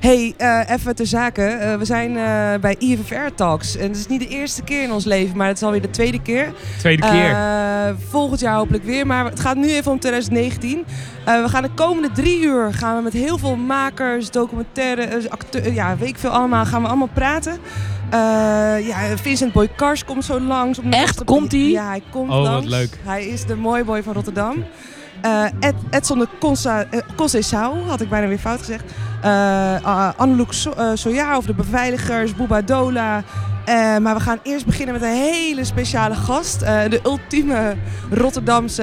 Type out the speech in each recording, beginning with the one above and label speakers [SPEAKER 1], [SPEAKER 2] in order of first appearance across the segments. [SPEAKER 1] hey, eh, even ter zake. Eh, we zijn eh, bij IFFR Talks. En het is niet de eerste keer in ons leven, maar het is alweer de tweede keer.
[SPEAKER 2] Tweede keer.
[SPEAKER 1] Eh, volgend jaar hopelijk weer. Maar het gaat nu even om 2019. Eh, we gaan de komende drie uur gaan we met heel veel makers, documentaires, acteurs, eh, ja, weet ik veel allemaal, gaan we allemaal praten. Eh, ja, Vincent Boy Kars komt zo langs. om-
[SPEAKER 3] Echt? Komt hij?
[SPEAKER 1] Ja, hij komt
[SPEAKER 2] Oh, wat
[SPEAKER 1] langs.
[SPEAKER 2] leuk.
[SPEAKER 1] Hij is de mooie boy van Rotterdam. Eh, Ed, Edson de Consa- eh, Conceição, had ik bijna weer fout gezegd. Eh eh, Anneloek so eh, Soja of de beveiligers, Booba Dola. Eh, maar we gaan eerst beginnen met een hele speciale gast. Eh, de ultieme Rotterdamse...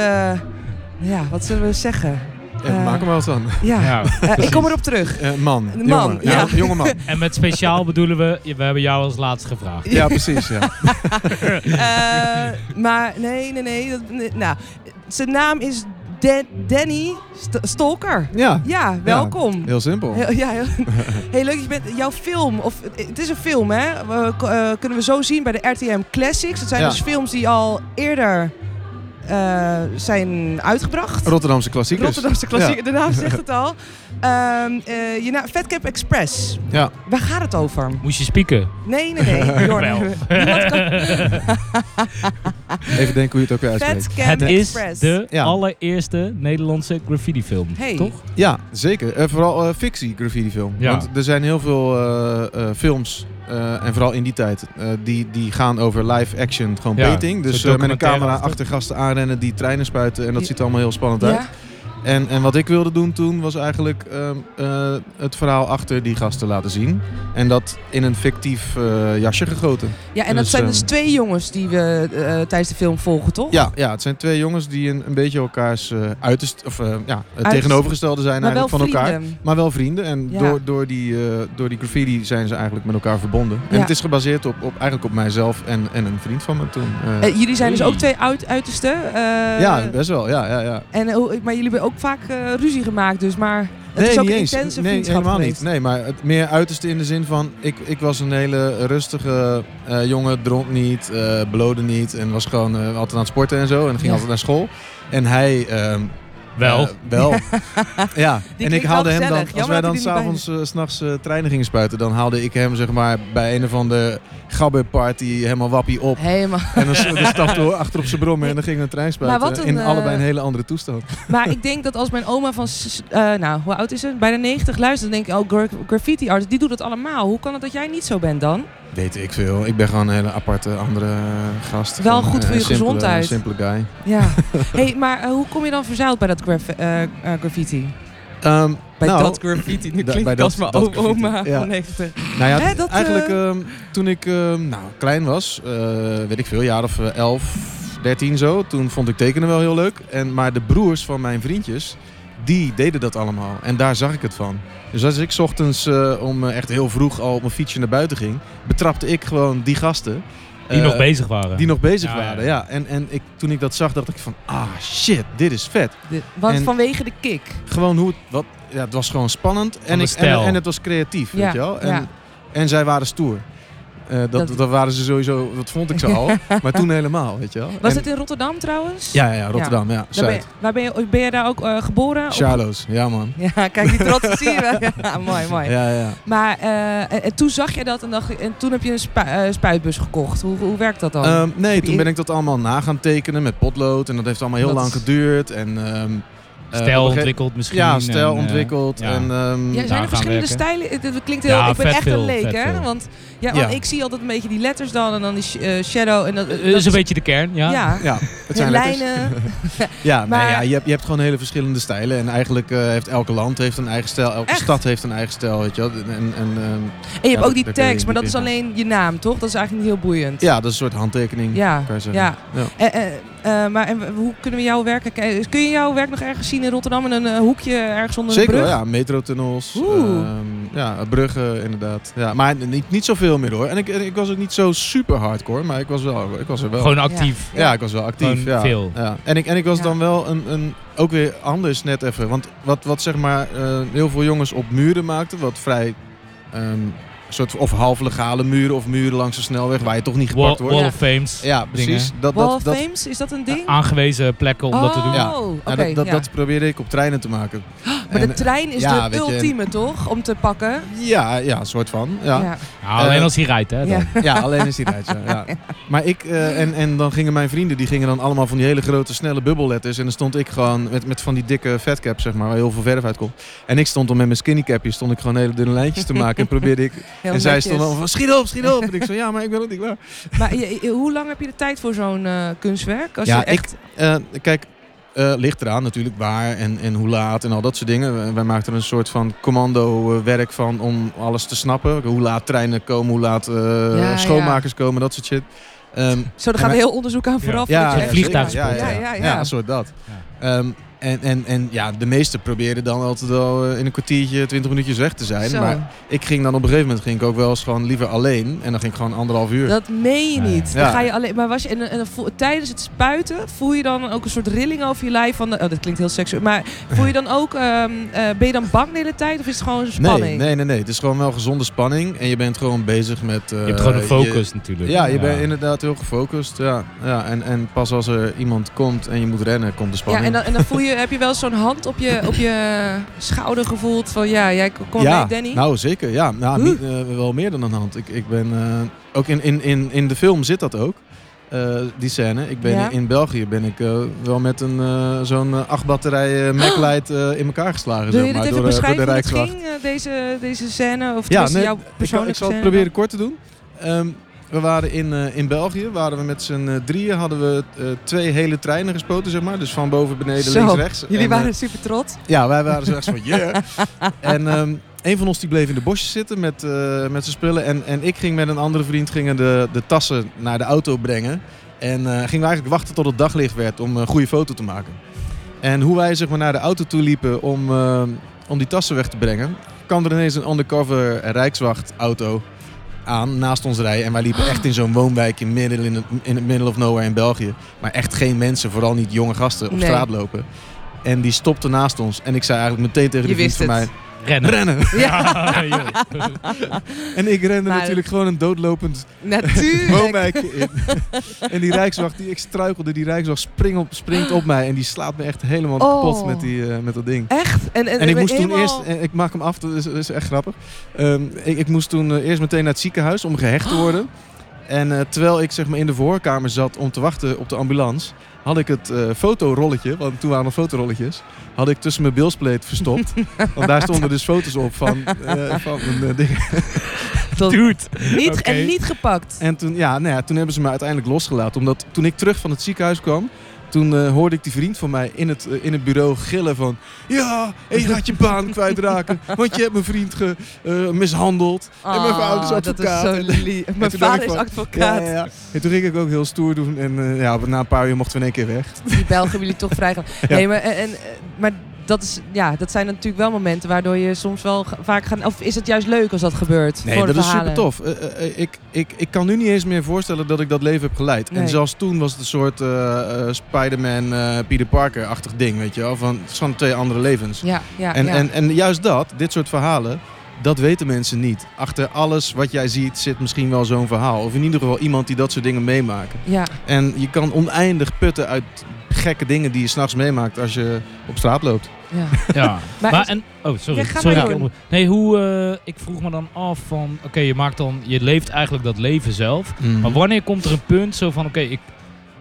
[SPEAKER 1] ja, wat zullen we zeggen? Eh,
[SPEAKER 4] maak hem wel van.
[SPEAKER 1] Ja,
[SPEAKER 2] Ja.
[SPEAKER 1] Eh, ik kom erop terug.
[SPEAKER 4] Eh, man.
[SPEAKER 1] Man,
[SPEAKER 4] jongen.
[SPEAKER 1] ja.
[SPEAKER 4] jonge man.
[SPEAKER 2] En met speciaal bedoelen we, we hebben jou als laatste gevraagd.
[SPEAKER 4] Ja, precies. Ja.
[SPEAKER 1] Eh, maar nee, nee, nee, dat- nee, Nou, zijn naam is Dan- Danny St- Stalker.
[SPEAKER 4] ja,
[SPEAKER 1] Ja, welkom.
[SPEAKER 4] heel simpel.
[SPEAKER 1] Heel, ja, heel, heel leuk. dat Je bent, jouw film, of, het is een film hè, We- eh, kunnen we zo zien bij de RTM Classics. Dat zijn
[SPEAKER 4] Ja.
[SPEAKER 1] dus films die al eerder eh, zijn uitgebracht.
[SPEAKER 4] Rotterdamse klassiekers.
[SPEAKER 1] Rotterdamse klassieker, de naam zegt het al. Ehm eh je na- Fatcap Express,
[SPEAKER 4] Ja.
[SPEAKER 1] waar gaat het over?
[SPEAKER 2] Moest je spieken?
[SPEAKER 1] Nee, nee, nee. Jordan.
[SPEAKER 2] Wel.
[SPEAKER 1] Niemand kan...
[SPEAKER 4] ja, even denken hoe je het ook weer uitspreekt.
[SPEAKER 1] Fatcap
[SPEAKER 2] Het is
[SPEAKER 1] Express.
[SPEAKER 2] de
[SPEAKER 4] Ja.
[SPEAKER 2] allereerste Nederlandse graffiti film,
[SPEAKER 1] Hey.
[SPEAKER 2] toch?
[SPEAKER 4] Ja, zeker. Eh, vooral eh, fictie graffiti film.
[SPEAKER 2] Ja.
[SPEAKER 4] Want er zijn heel veel eh, eh, films, eh, en vooral in die tijd, eh, die, die gaan over live action, gewoon
[SPEAKER 2] Ja,
[SPEAKER 4] painting. Dus
[SPEAKER 2] soort
[SPEAKER 4] eh, met een camera
[SPEAKER 2] documentaire-achtig.
[SPEAKER 4] achter gasten aanrennen die treinen spuiten en dat
[SPEAKER 1] Ja.
[SPEAKER 4] ziet er allemaal heel spannend uit.
[SPEAKER 1] Ja?
[SPEAKER 4] En, en wat ik wilde doen toen was eigenlijk ehm, eh, het verhaal achter die gasten laten zien. En dat in een fictief eh, jasje gegoten.
[SPEAKER 1] ja, en
[SPEAKER 4] Dus,
[SPEAKER 1] dat zijn dus
[SPEAKER 4] ehm,
[SPEAKER 1] twee jongens die we eh, tijdens de film volgen, toch?
[SPEAKER 4] Ja, ja, het zijn twee jongens die een, een beetje elkaars eh uiterst, of, eh, ja, het
[SPEAKER 1] Uit-
[SPEAKER 4] tegenovergestelde zijn
[SPEAKER 1] maar wel
[SPEAKER 4] eigenlijk van elkaar.
[SPEAKER 1] vrienden.
[SPEAKER 4] Maar wel vrienden. En
[SPEAKER 1] Ja.
[SPEAKER 4] door, door, die, eh, door die graffiti zijn ze eigenlijk met elkaar verbonden. En
[SPEAKER 1] Ja.
[SPEAKER 4] het is gebaseerd op, op, eigenlijk op mijzelf en, en een vriend van me toen. eh.
[SPEAKER 1] Eh, jullie zijn dus
[SPEAKER 2] Oei.
[SPEAKER 1] ook twee uit, uitersten. eh,
[SPEAKER 4] ja, best wel. Ja, ja, ja.
[SPEAKER 1] En, hoe- maar jullie hebben ook vaak eh, ruzie gemaakt, dus maar het is ook een intense
[SPEAKER 4] nee,
[SPEAKER 1] vriendschap
[SPEAKER 4] helemaal
[SPEAKER 1] geweest.
[SPEAKER 4] niet. Nee, maar het meer uiterste in de zin van... Ik, ik was een hele rustige eh, jongen, dronk niet, eh blode niet... en was gewoon eh, altijd aan het sporten en zo en ging
[SPEAKER 1] Ja.
[SPEAKER 4] altijd naar school. En hij... ehm,
[SPEAKER 2] Wel.
[SPEAKER 4] eh, wel. ja, en ik
[SPEAKER 1] klinkt
[SPEAKER 4] haalde
[SPEAKER 1] wel
[SPEAKER 4] hem dan...
[SPEAKER 1] gezellig.
[SPEAKER 4] Als
[SPEAKER 1] Jammer
[SPEAKER 4] wij
[SPEAKER 1] dat
[SPEAKER 4] dan
[SPEAKER 1] hij er niet bij
[SPEAKER 4] s'avonds, eh, 's s'nachts eh, treinen gingen spuiten... dan haalde ik hem zeg maar bij een of andere gabberparty helemaal wappie op.
[SPEAKER 1] Helemaal.
[SPEAKER 4] En dan, s- dan stapte we achter op zijn brommer en dan gingen we een trein spuiten.
[SPEAKER 1] wat een,
[SPEAKER 4] in
[SPEAKER 1] eh,
[SPEAKER 4] allebei een hele andere toestand.
[SPEAKER 1] Maar ik denk dat als mijn oma van, s- s- eh, nou, hoe oud is ze? Bijna 90 luistert, dan denk ik, oh, gra- graffiti artist, die doet dat allemaal. Hoe kan het dat jij niet zo bent dan?
[SPEAKER 4] Weet ik veel. Ik ben gewoon een hele aparte andere gast.
[SPEAKER 1] Wel
[SPEAKER 4] Gewoon,
[SPEAKER 1] goed voor
[SPEAKER 4] eh,
[SPEAKER 1] je
[SPEAKER 4] simpele-
[SPEAKER 1] gezondheid.
[SPEAKER 4] Simpele guy.
[SPEAKER 1] Ja. hey, maar eh, hoe kom je dan verzeild bij dat graf- eh, eh, graffiti?
[SPEAKER 4] Ehm,
[SPEAKER 1] Bij
[SPEAKER 4] nou,
[SPEAKER 1] dat graffiti, nu
[SPEAKER 4] da-
[SPEAKER 1] klinkt
[SPEAKER 4] bij
[SPEAKER 1] het
[SPEAKER 4] dat-
[SPEAKER 1] als mijn
[SPEAKER 4] dat
[SPEAKER 1] o-
[SPEAKER 4] graffiti,
[SPEAKER 1] oma
[SPEAKER 4] ja.
[SPEAKER 1] van 90.
[SPEAKER 4] nou ja,
[SPEAKER 1] Hè, dat,
[SPEAKER 4] eigenlijk
[SPEAKER 1] eh,
[SPEAKER 4] ehm, toen ik ehm, nou, klein was, eh, weet ik veel, jaar of eh, 11, 13 zo, toen vond ik tekenen wel heel leuk. En, maar de broers van mijn vriendjes, die deden dat allemaal. En daar zag ik het van. Dus als ik 's ochtends eh, om eh, echt heel vroeg al op mijn fietsje naar buiten ging, betrapte ik gewoon die gasten.
[SPEAKER 2] Die
[SPEAKER 4] Eh,
[SPEAKER 2] nog bezig waren.
[SPEAKER 4] Die nog bezig
[SPEAKER 2] Ja, ja.
[SPEAKER 4] waren, ja. En, en ik, toen ik dat zag, dacht ik van, ah shit, dit is vet.
[SPEAKER 1] De- want
[SPEAKER 4] En-
[SPEAKER 1] vanwege de kick.
[SPEAKER 4] gewoon hoe het, wat, ja, het was gewoon spannend en,
[SPEAKER 2] de
[SPEAKER 4] ik, en,
[SPEAKER 2] stijl.
[SPEAKER 4] en het was creatief,
[SPEAKER 1] Ja,
[SPEAKER 4] weet je wel. En,
[SPEAKER 1] ja.
[SPEAKER 4] en zij waren stoer. Eh, dat,
[SPEAKER 1] Dat-
[SPEAKER 4] dat, waren ze sowieso, dat vond ik ze al, maar toen helemaal, weet je wel.
[SPEAKER 1] Was
[SPEAKER 4] En-
[SPEAKER 1] het in Rotterdam trouwens?
[SPEAKER 4] Ja, ja, ja, Rotterdam, ja,
[SPEAKER 1] Daar ben je,
[SPEAKER 4] Zuid.
[SPEAKER 1] waar ben, je, ben je daar ook eh, geboren? Of-
[SPEAKER 4] Charlo's, ja man.
[SPEAKER 1] Ja, kijk, die trots zie je wel. Ja, mooi, mooi.
[SPEAKER 4] Ja, ja.
[SPEAKER 1] Maar eh, en- en toen zag je dat en, dacht, je- en toen heb je een spu- eh, spuitbus gekocht. Hoe, hoe werkt dat dan?
[SPEAKER 4] Ehm, nee,
[SPEAKER 1] Heb je-
[SPEAKER 4] toen ben ik dat allemaal na gaan tekenen met potlood en dat heeft allemaal heel
[SPEAKER 1] Dat
[SPEAKER 4] lang
[SPEAKER 1] is-
[SPEAKER 4] geduurd. En, ehm, eh,
[SPEAKER 2] Stijl
[SPEAKER 4] op een gege-
[SPEAKER 2] ontwikkeld misschien.
[SPEAKER 4] Ja, stijl
[SPEAKER 2] en, eh,
[SPEAKER 4] ontwikkeld.
[SPEAKER 2] ja.
[SPEAKER 4] En, ehm,
[SPEAKER 1] ja,
[SPEAKER 2] daar
[SPEAKER 1] zijn er
[SPEAKER 2] gaan
[SPEAKER 1] verschillende
[SPEAKER 2] werken.
[SPEAKER 1] stijlen? Het- Het klinkt heel...
[SPEAKER 2] Ja,
[SPEAKER 1] ik ben
[SPEAKER 2] vet
[SPEAKER 1] echt
[SPEAKER 2] veel,
[SPEAKER 1] een leek,
[SPEAKER 2] vet
[SPEAKER 1] hè?
[SPEAKER 2] veel.
[SPEAKER 1] Want, ja, want
[SPEAKER 4] Ja.
[SPEAKER 1] ik zie altijd een beetje die letters dan en dan die sh- eh, shadow. En dat,
[SPEAKER 2] eh,
[SPEAKER 1] dat
[SPEAKER 2] is een beetje de kern, ja.
[SPEAKER 1] Ja,
[SPEAKER 4] ja, het zijn letters.
[SPEAKER 1] lijnen.
[SPEAKER 4] Ja, maar
[SPEAKER 1] Maar-
[SPEAKER 4] ja, je, hebt, je hebt gewoon hele verschillende stijlen. En eigenlijk eh, heeft elke land heeft een eigen stijl. Elke
[SPEAKER 1] Echt?
[SPEAKER 4] stad heeft een eigen stijl, weet je wel. En, en,
[SPEAKER 1] En
[SPEAKER 4] ehm,
[SPEAKER 1] je hebt
[SPEAKER 4] dat-
[SPEAKER 1] ook die
[SPEAKER 4] daar kun je
[SPEAKER 1] tags, maar
[SPEAKER 4] niet
[SPEAKER 1] dat is
[SPEAKER 4] in.
[SPEAKER 1] alleen je naam, toch? Dat is eigenlijk niet heel boeiend.
[SPEAKER 4] ja, dat is een soort handtekening,
[SPEAKER 1] Ja,
[SPEAKER 4] kan je zeggen.
[SPEAKER 1] ja.
[SPEAKER 4] Ja.
[SPEAKER 1] Eh, eh, eh, maar en, w- hoe kunnen we jouw werk herkennen? Kun je jouw werk nog ergens zien in Rotterdam in een eh, hoekje ergens onder
[SPEAKER 4] Zeker
[SPEAKER 1] een
[SPEAKER 4] wel,
[SPEAKER 1] brug?
[SPEAKER 4] ja. Metrotunnels,
[SPEAKER 1] Oeh.
[SPEAKER 4] ehm, ja, bruggen inderdaad. Ja, maar niet, niet zoveel meer hoor. En ik, en ik was ook niet zo super hardcore, maar ik was, wel, ik was er wel.
[SPEAKER 2] Gewoon actief.
[SPEAKER 4] ja, ik was wel actief.
[SPEAKER 2] Gewoon
[SPEAKER 4] Ja.
[SPEAKER 2] veel.
[SPEAKER 4] Ja. En, ik, en ik was
[SPEAKER 1] Ja.
[SPEAKER 4] dan wel een, een, ook weer anders net even. Want wat, wat zeg maar eh, heel veel jongens op muren maakten, wat vrij ehm, soort of half legale muren of muren langs de snelweg waar je toch niet
[SPEAKER 2] Wall,
[SPEAKER 4] gepakt
[SPEAKER 2] Wall
[SPEAKER 4] wordt.
[SPEAKER 2] of Fames.
[SPEAKER 4] Ja, precies. Dat,
[SPEAKER 1] Wall of
[SPEAKER 4] dat, dat,
[SPEAKER 1] Fames, is dat een ding?
[SPEAKER 2] Aangewezen plekken om dat te doen.
[SPEAKER 1] Oh,
[SPEAKER 4] Ja.
[SPEAKER 1] oké.
[SPEAKER 4] nou, dat, dat,
[SPEAKER 1] ja.
[SPEAKER 4] dat probeerde ik op treinen te maken.
[SPEAKER 1] Maar
[SPEAKER 4] En- eh,
[SPEAKER 1] de trein is
[SPEAKER 4] ja,
[SPEAKER 1] de
[SPEAKER 4] weet je, en-
[SPEAKER 1] ultieme, toch? Om te pakken.
[SPEAKER 4] Ja, ja, soort van. Ja.
[SPEAKER 1] ja.
[SPEAKER 2] Nou, alleen
[SPEAKER 4] Eh,
[SPEAKER 2] als hij rijdt, hè. Dan.
[SPEAKER 1] Ja.
[SPEAKER 4] Ja, alleen is die uit. Ja. Ja. Maar ik eh, en, en dan gingen mijn vrienden, die gingen dan allemaal van die hele grote snelle bubbelletters. En dan stond ik gewoon met, met van die dikke fatcap, zeg maar, waar heel veel verf uit komt. En ik stond dan met mijn skinny capje, stond ik gewoon hele dunne lijntjes te maken. En probeerde ik.
[SPEAKER 1] Heel
[SPEAKER 4] En zij
[SPEAKER 1] netjes.
[SPEAKER 4] stond dan van schiet op, schiet op. En ik zo, ja, maar ik ben ook niet klaar.
[SPEAKER 1] Maar je- je- hoe lang heb je de tijd voor zo'n eh, kunstwerk? Als
[SPEAKER 4] Ja,
[SPEAKER 1] je echt...
[SPEAKER 4] Eh, kijk, eh, ligt eraan natuurlijk waar en, en hoe laat en al dat soort dingen. Wij- Wij maakten er een soort van commando eh, werk van om alles te snappen. Hoe laat treinen komen, hoe laat eh,
[SPEAKER 1] ja.
[SPEAKER 4] schoonmakers komen, dat soort shit. Ehm,
[SPEAKER 1] Zo, daar gaat heel onderzoek aan vooraf.
[SPEAKER 2] Ja,
[SPEAKER 1] dat je echt-
[SPEAKER 2] vliegtuig.
[SPEAKER 4] Ja, ja,
[SPEAKER 1] Ja,
[SPEAKER 4] ja,
[SPEAKER 1] ja, ja.
[SPEAKER 4] Ja, een soort dat. Ehm, en, en, en ja, de meesten probeerden dan altijd wel eh, in een kwartiertje, twintig minuutjes weg te zijn.
[SPEAKER 1] Zo.
[SPEAKER 4] Maar ik ging dan op een gegeven moment ging ik ook wel eens gewoon liever alleen. En dan ging ik gewoon anderhalf uur.
[SPEAKER 1] Dat meen je
[SPEAKER 2] Nee.
[SPEAKER 1] niet. Dan
[SPEAKER 4] Ja.
[SPEAKER 1] ga je alleen, maar was je, en, en, dan voel- tijdens het spuiten voel je dan ook een soort rilling over je lijf. Van de, oh, dit klinkt heel seksueel. Maar voel je dan ook, ehm, eh, ben je dan bang de hele tijd of is het gewoon een spanning?
[SPEAKER 4] nee, nee, nee, nee. Het is gewoon wel gezonde spanning. En je bent gewoon bezig met... eh,
[SPEAKER 2] Je hebt gewoon een focus natuurlijk.
[SPEAKER 4] ja, je bent inderdaad heel gefocust. Ja. Ja, en, en pas als er iemand komt en je moet rennen, komt de
[SPEAKER 1] Ja,
[SPEAKER 4] spanning.
[SPEAKER 1] en dan, en dan voel je, heb je wel zo'n hand op je, op je schouder gevoeld van ja, jij komt
[SPEAKER 4] ja,
[SPEAKER 1] mee Danny.
[SPEAKER 4] Nou, zeker. Ja, nou,
[SPEAKER 1] Huh?
[SPEAKER 4] niet, eh, wel meer dan een hand. Ik, ik ben, eh, ook in, in, in, in de film zit dat ook. eh, die scène. Ik ben
[SPEAKER 1] Ja.
[SPEAKER 4] in België ben ik eh, wel met een eh, zo'n eh, acht batterij Macklight eh, in elkaar geslagen.
[SPEAKER 1] Oh. Wil
[SPEAKER 4] zeg
[SPEAKER 1] je dit even
[SPEAKER 4] maar, door, eh, door
[SPEAKER 1] beschrijven
[SPEAKER 4] de
[SPEAKER 1] hoe het
[SPEAKER 4] Rijkswacht.
[SPEAKER 1] ging, eh, deze, deze scène? Of
[SPEAKER 4] Ja,
[SPEAKER 1] ja,
[SPEAKER 4] nee,
[SPEAKER 1] jouw
[SPEAKER 4] Ik, zal-
[SPEAKER 1] persoonlijke
[SPEAKER 4] ik zal het
[SPEAKER 1] scène?
[SPEAKER 4] proberen kort te doen. Ehm, we waren in, eh, in België, waren we met z'n eh, drieën, hadden we eh, twee hele treinen gespoten, zeg maar. Dus van boven, beneden,
[SPEAKER 1] Zo,
[SPEAKER 4] links, rechts. En,
[SPEAKER 1] Jullie
[SPEAKER 4] eh,
[SPEAKER 1] waren super trots.
[SPEAKER 4] ja, wij waren zo echt van yeah. en ehm, een van ons die bleef in de bosjes zitten met, eh, met zijn spullen. En, en ik ging met een andere vriend gingen de, de tassen naar de auto brengen. En eh, gingen we eigenlijk wachten tot het daglicht werd om een goede foto te maken. En hoe wij zeg maar, naar de auto toe liepen om, ehm, om die tassen weg te brengen, kwam er ineens een undercover Rijkswachtauto aan naast ons rijden. En wij liepen echt in zo'n woonwijk in, middle, in, het, in het middle of nowhere in België. Maar echt geen mensen, vooral niet jonge gasten, op
[SPEAKER 1] Nee.
[SPEAKER 4] straat lopen. En die stopte naast ons. En ik zei eigenlijk meteen tegen
[SPEAKER 1] Je
[SPEAKER 4] die vriend
[SPEAKER 1] wist
[SPEAKER 4] van mij,
[SPEAKER 1] het.
[SPEAKER 2] Rennen.
[SPEAKER 4] rennen.
[SPEAKER 2] Ja, joh.
[SPEAKER 4] En ik rende
[SPEAKER 1] Maar dat-
[SPEAKER 4] natuurlijk gewoon een doodlopend
[SPEAKER 1] Natuurlijk.
[SPEAKER 4] woonwijkje in. en die rijkswacht, die, ik struikelde, die rijkswacht spring op, springt op mij. En die slaat me echt helemaal
[SPEAKER 1] Oh.
[SPEAKER 4] kapot met, die, eh, met dat ding.
[SPEAKER 1] Echt? En, en,
[SPEAKER 4] En ik moest toen
[SPEAKER 1] helemaal-
[SPEAKER 4] eerst, eh, ik maak hem af, dat is, dat is echt grappig. Ehm, ik, ik moest toen eh, eerst meteen naar het ziekenhuis om gehecht
[SPEAKER 1] Oh.
[SPEAKER 4] te worden. En eh, terwijl ik zeg maar in de voorkamer zat om te wachten op de ambulance, had ik het eh, fotorolletje, want toen waren er fotorolletjes, had ik tussen mijn bilspleet verstopt. want daar stonden dus foto's op van, eh, van een eh, ding.
[SPEAKER 1] Tot-
[SPEAKER 2] Dude.
[SPEAKER 1] niet,
[SPEAKER 2] Oké.
[SPEAKER 1] En niet gepakt.
[SPEAKER 4] En toen, ja, nou ja, toen hebben ze me uiteindelijk losgelaten. Omdat toen ik terug van het ziekenhuis kwam, toen eh, hoorde ik die vriend van mij in het, eh, in het bureau gillen van... Ja, en je gaat je baan kwijtraken, want je hebt mijn vriend ge, eh, mishandeld. en mijn
[SPEAKER 1] Ah,
[SPEAKER 4] vader is
[SPEAKER 1] dat is
[SPEAKER 4] advocaat.
[SPEAKER 1] zo
[SPEAKER 4] En-
[SPEAKER 1] lief. Mijn vader
[SPEAKER 4] toen dacht
[SPEAKER 1] is
[SPEAKER 4] ik van,
[SPEAKER 1] advocaat.
[SPEAKER 4] Ja, ja, ja. En toen ging ik ook heel stoer doen en eh, ja, na een paar uur mochten we in één keer weg.
[SPEAKER 1] Die Belgen hebben jullie toch vrijgelaten.
[SPEAKER 4] Ja.
[SPEAKER 1] Nee, maar, en, en, eh, maar dat, is, ja, dat zijn natuurlijk wel momenten waardoor je soms wel ge- vaak gaat... Of is het juist leuk als dat gebeurt?
[SPEAKER 4] Nee,
[SPEAKER 1] voor de
[SPEAKER 4] dat is super
[SPEAKER 1] verhalen?
[SPEAKER 4] tof. eh, ik, ik, ik kan nu niet eens meer voorstellen dat ik dat leven heb geleid.
[SPEAKER 1] Nee.
[SPEAKER 4] En zelfs toen was het een soort eh, eh, Spider-Man, eh, Peter Parker-achtig ding, weet je wel. Van, het is gewoon twee andere levens.
[SPEAKER 1] Ja, ja,
[SPEAKER 4] En,
[SPEAKER 1] ja.
[SPEAKER 4] en, en juist dat, dit soort verhalen, dat weten mensen niet. Achter alles wat jij ziet zit misschien wel zo'n verhaal. Of in ieder geval iemand die dat soort dingen meemaakt.
[SPEAKER 1] ja.
[SPEAKER 4] En je kan oneindig putten uit gekke dingen die je s'nachts meemaakt als je op straat loopt.
[SPEAKER 1] ja.
[SPEAKER 2] Ja.
[SPEAKER 1] Maar
[SPEAKER 2] Maar,
[SPEAKER 1] is-
[SPEAKER 2] en, oh, sorry.
[SPEAKER 1] Ja, ga maar
[SPEAKER 2] sorry
[SPEAKER 1] door.
[SPEAKER 2] ik onder- nee, hoe, eh, ik vroeg me dan af van, oké, je maakt dan, je leeft eigenlijk dat leven zelf. Mm. Maar
[SPEAKER 1] Mhm.
[SPEAKER 2] wanneer komt er een punt zo van, oké, ik,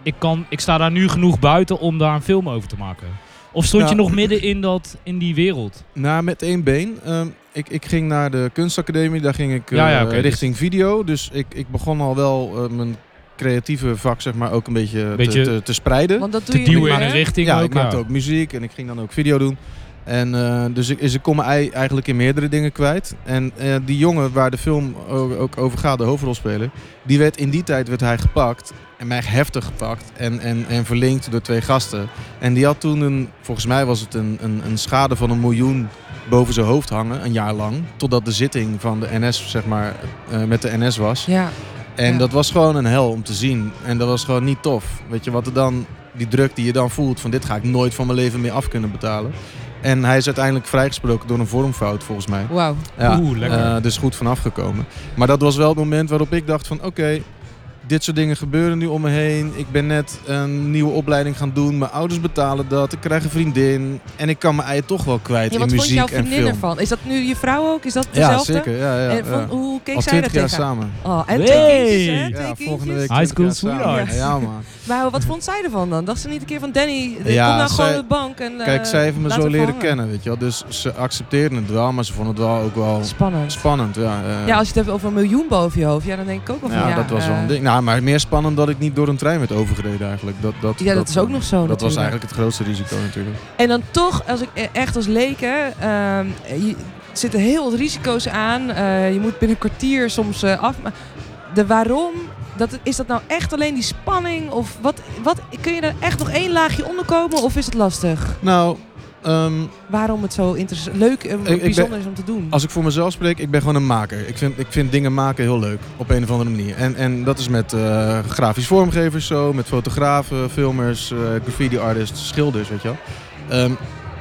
[SPEAKER 2] ik, kan, ik sta daar nu genoeg buiten om daar een film over te maken? Of stond je
[SPEAKER 4] Nou.
[SPEAKER 2] nog midden in, dat, in die wereld?
[SPEAKER 4] Nou, met één been. Ehm, ik, ik ging naar de kunstacademie, daar ging ik eh,
[SPEAKER 2] Ja, ja, oké,
[SPEAKER 4] richting video. Dus ik, ik begon al wel eh, mijn creatieve vak zeg maar, ook een beetje, te-
[SPEAKER 2] Beetje
[SPEAKER 4] te, te spreiden.
[SPEAKER 1] Want dat doe
[SPEAKER 2] Te
[SPEAKER 1] je nu,
[SPEAKER 2] duwen in
[SPEAKER 1] hè?
[SPEAKER 2] een richting
[SPEAKER 4] ja,
[SPEAKER 2] ook?
[SPEAKER 4] ik maakte
[SPEAKER 2] ja.
[SPEAKER 4] ook muziek en ik ging dan ook video doen. En eh, dus ik, dus ik kon me ei- eigenlijk in meerdere dingen kwijt. En eh, die jongen waar de film ook, ook over gaat, de hoofdrolspeler, die werd in die tijd werd hij gepakt. En mij heftig gepakt en, en, en verlinkt door twee gasten. En die had toen een, volgens mij was het een, een, een schade van een miljoen boven zijn hoofd hangen, een jaar lang. Totdat de zitting van de NS, zeg maar, eh, met de NS was.
[SPEAKER 1] Ja,
[SPEAKER 4] En
[SPEAKER 1] Ja.
[SPEAKER 4] dat was gewoon een hel om te zien. En dat was gewoon niet tof. Weet je, wat er dan, die druk die je dan voelt van dit ga ik nooit van mijn leven meer af kunnen betalen. En hij is uiteindelijk vrijgesproken door een vormfout volgens mij.
[SPEAKER 1] wauw.
[SPEAKER 4] Ja,
[SPEAKER 2] Oeh, lekker.
[SPEAKER 4] eh, dus goed vanaf gekomen. Maar dat was wel het moment waarop ik dacht van oké, dit soort dingen gebeuren nu om me heen. Ik ben net een nieuwe opleiding gaan doen. Mijn ouders betalen dat. Ik krijg een vriendin. En ik kan mijn ei toch wel kwijt
[SPEAKER 1] Ja,
[SPEAKER 4] in
[SPEAKER 1] wat vond jouw
[SPEAKER 4] muziek en
[SPEAKER 1] vriendin
[SPEAKER 4] film.
[SPEAKER 1] ervan? Is dat nu je vrouw ook? Is dat
[SPEAKER 4] Ja,
[SPEAKER 1] dezelfde?
[SPEAKER 4] zeker. Ja, ja,
[SPEAKER 1] En van,
[SPEAKER 4] ja.
[SPEAKER 1] Hoe keek
[SPEAKER 4] Al
[SPEAKER 1] zij daar
[SPEAKER 4] 20 jaar
[SPEAKER 1] tegen?
[SPEAKER 4] samen.
[SPEAKER 1] Oh, en twee
[SPEAKER 2] Hey!
[SPEAKER 1] kindjes, hè?
[SPEAKER 2] Ja,
[SPEAKER 1] Twee
[SPEAKER 4] Ja, volgende
[SPEAKER 1] kindjes.
[SPEAKER 4] week.
[SPEAKER 2] High
[SPEAKER 4] 20
[SPEAKER 2] school
[SPEAKER 4] jaar samen.
[SPEAKER 2] sweetheart.
[SPEAKER 4] Ja, man.
[SPEAKER 1] Maar wat vond zij ervan dan? Dacht ze niet een keer van Danny, eh,
[SPEAKER 4] Ja,
[SPEAKER 1] kom nou gewoon
[SPEAKER 4] zij-
[SPEAKER 1] op de bank en eh,
[SPEAKER 4] Kijk, zij heeft me
[SPEAKER 1] laat
[SPEAKER 4] zo
[SPEAKER 1] hem
[SPEAKER 4] leren
[SPEAKER 1] hangen.
[SPEAKER 4] kennen, weet je wel. Dus ze accepteerden het wel, maar ze vonden het wel ook wel
[SPEAKER 1] Spannend.
[SPEAKER 4] spannend. Ja, eh.
[SPEAKER 1] Ja, als je het hebt over een miljoen boven je hoofd, ja, dan denk ik ook wel van
[SPEAKER 4] Ja,
[SPEAKER 1] ja.
[SPEAKER 4] dat was wel
[SPEAKER 1] eh,
[SPEAKER 4] een ding. Nou, maar meer spannend dat ik niet door een trein werd overgereden eigenlijk. Dat, dat,
[SPEAKER 1] Ja, dat, is ook nog zo
[SPEAKER 4] Dat was
[SPEAKER 1] natuurlijk.
[SPEAKER 4] eigenlijk het grootste risico natuurlijk.
[SPEAKER 1] En dan toch, als ik e- echt als leek, hè, ehm, je- er zitten heel wat risico's aan. Eh, je moet binnen een kwartier soms eh, af. Maar de waarom, dat, is dat nou echt alleen die spanning? Of wat, wat, kun je daar echt nog één laagje onder komen? Of is het lastig?
[SPEAKER 4] Nou, ehm,
[SPEAKER 1] Waarom het zo interessant, leuk en
[SPEAKER 4] ik ben-
[SPEAKER 1] bijzonder is om te doen?
[SPEAKER 4] als ik voor mezelf spreek, ik ben gewoon een maker. Ik vind, ik vind dingen maken heel leuk, op een of andere manier. En, en dat is met eh, grafisch vormgevers zo, met fotografen, filmers, eh, graffiti artists, schilders, weet je wel. Ehm,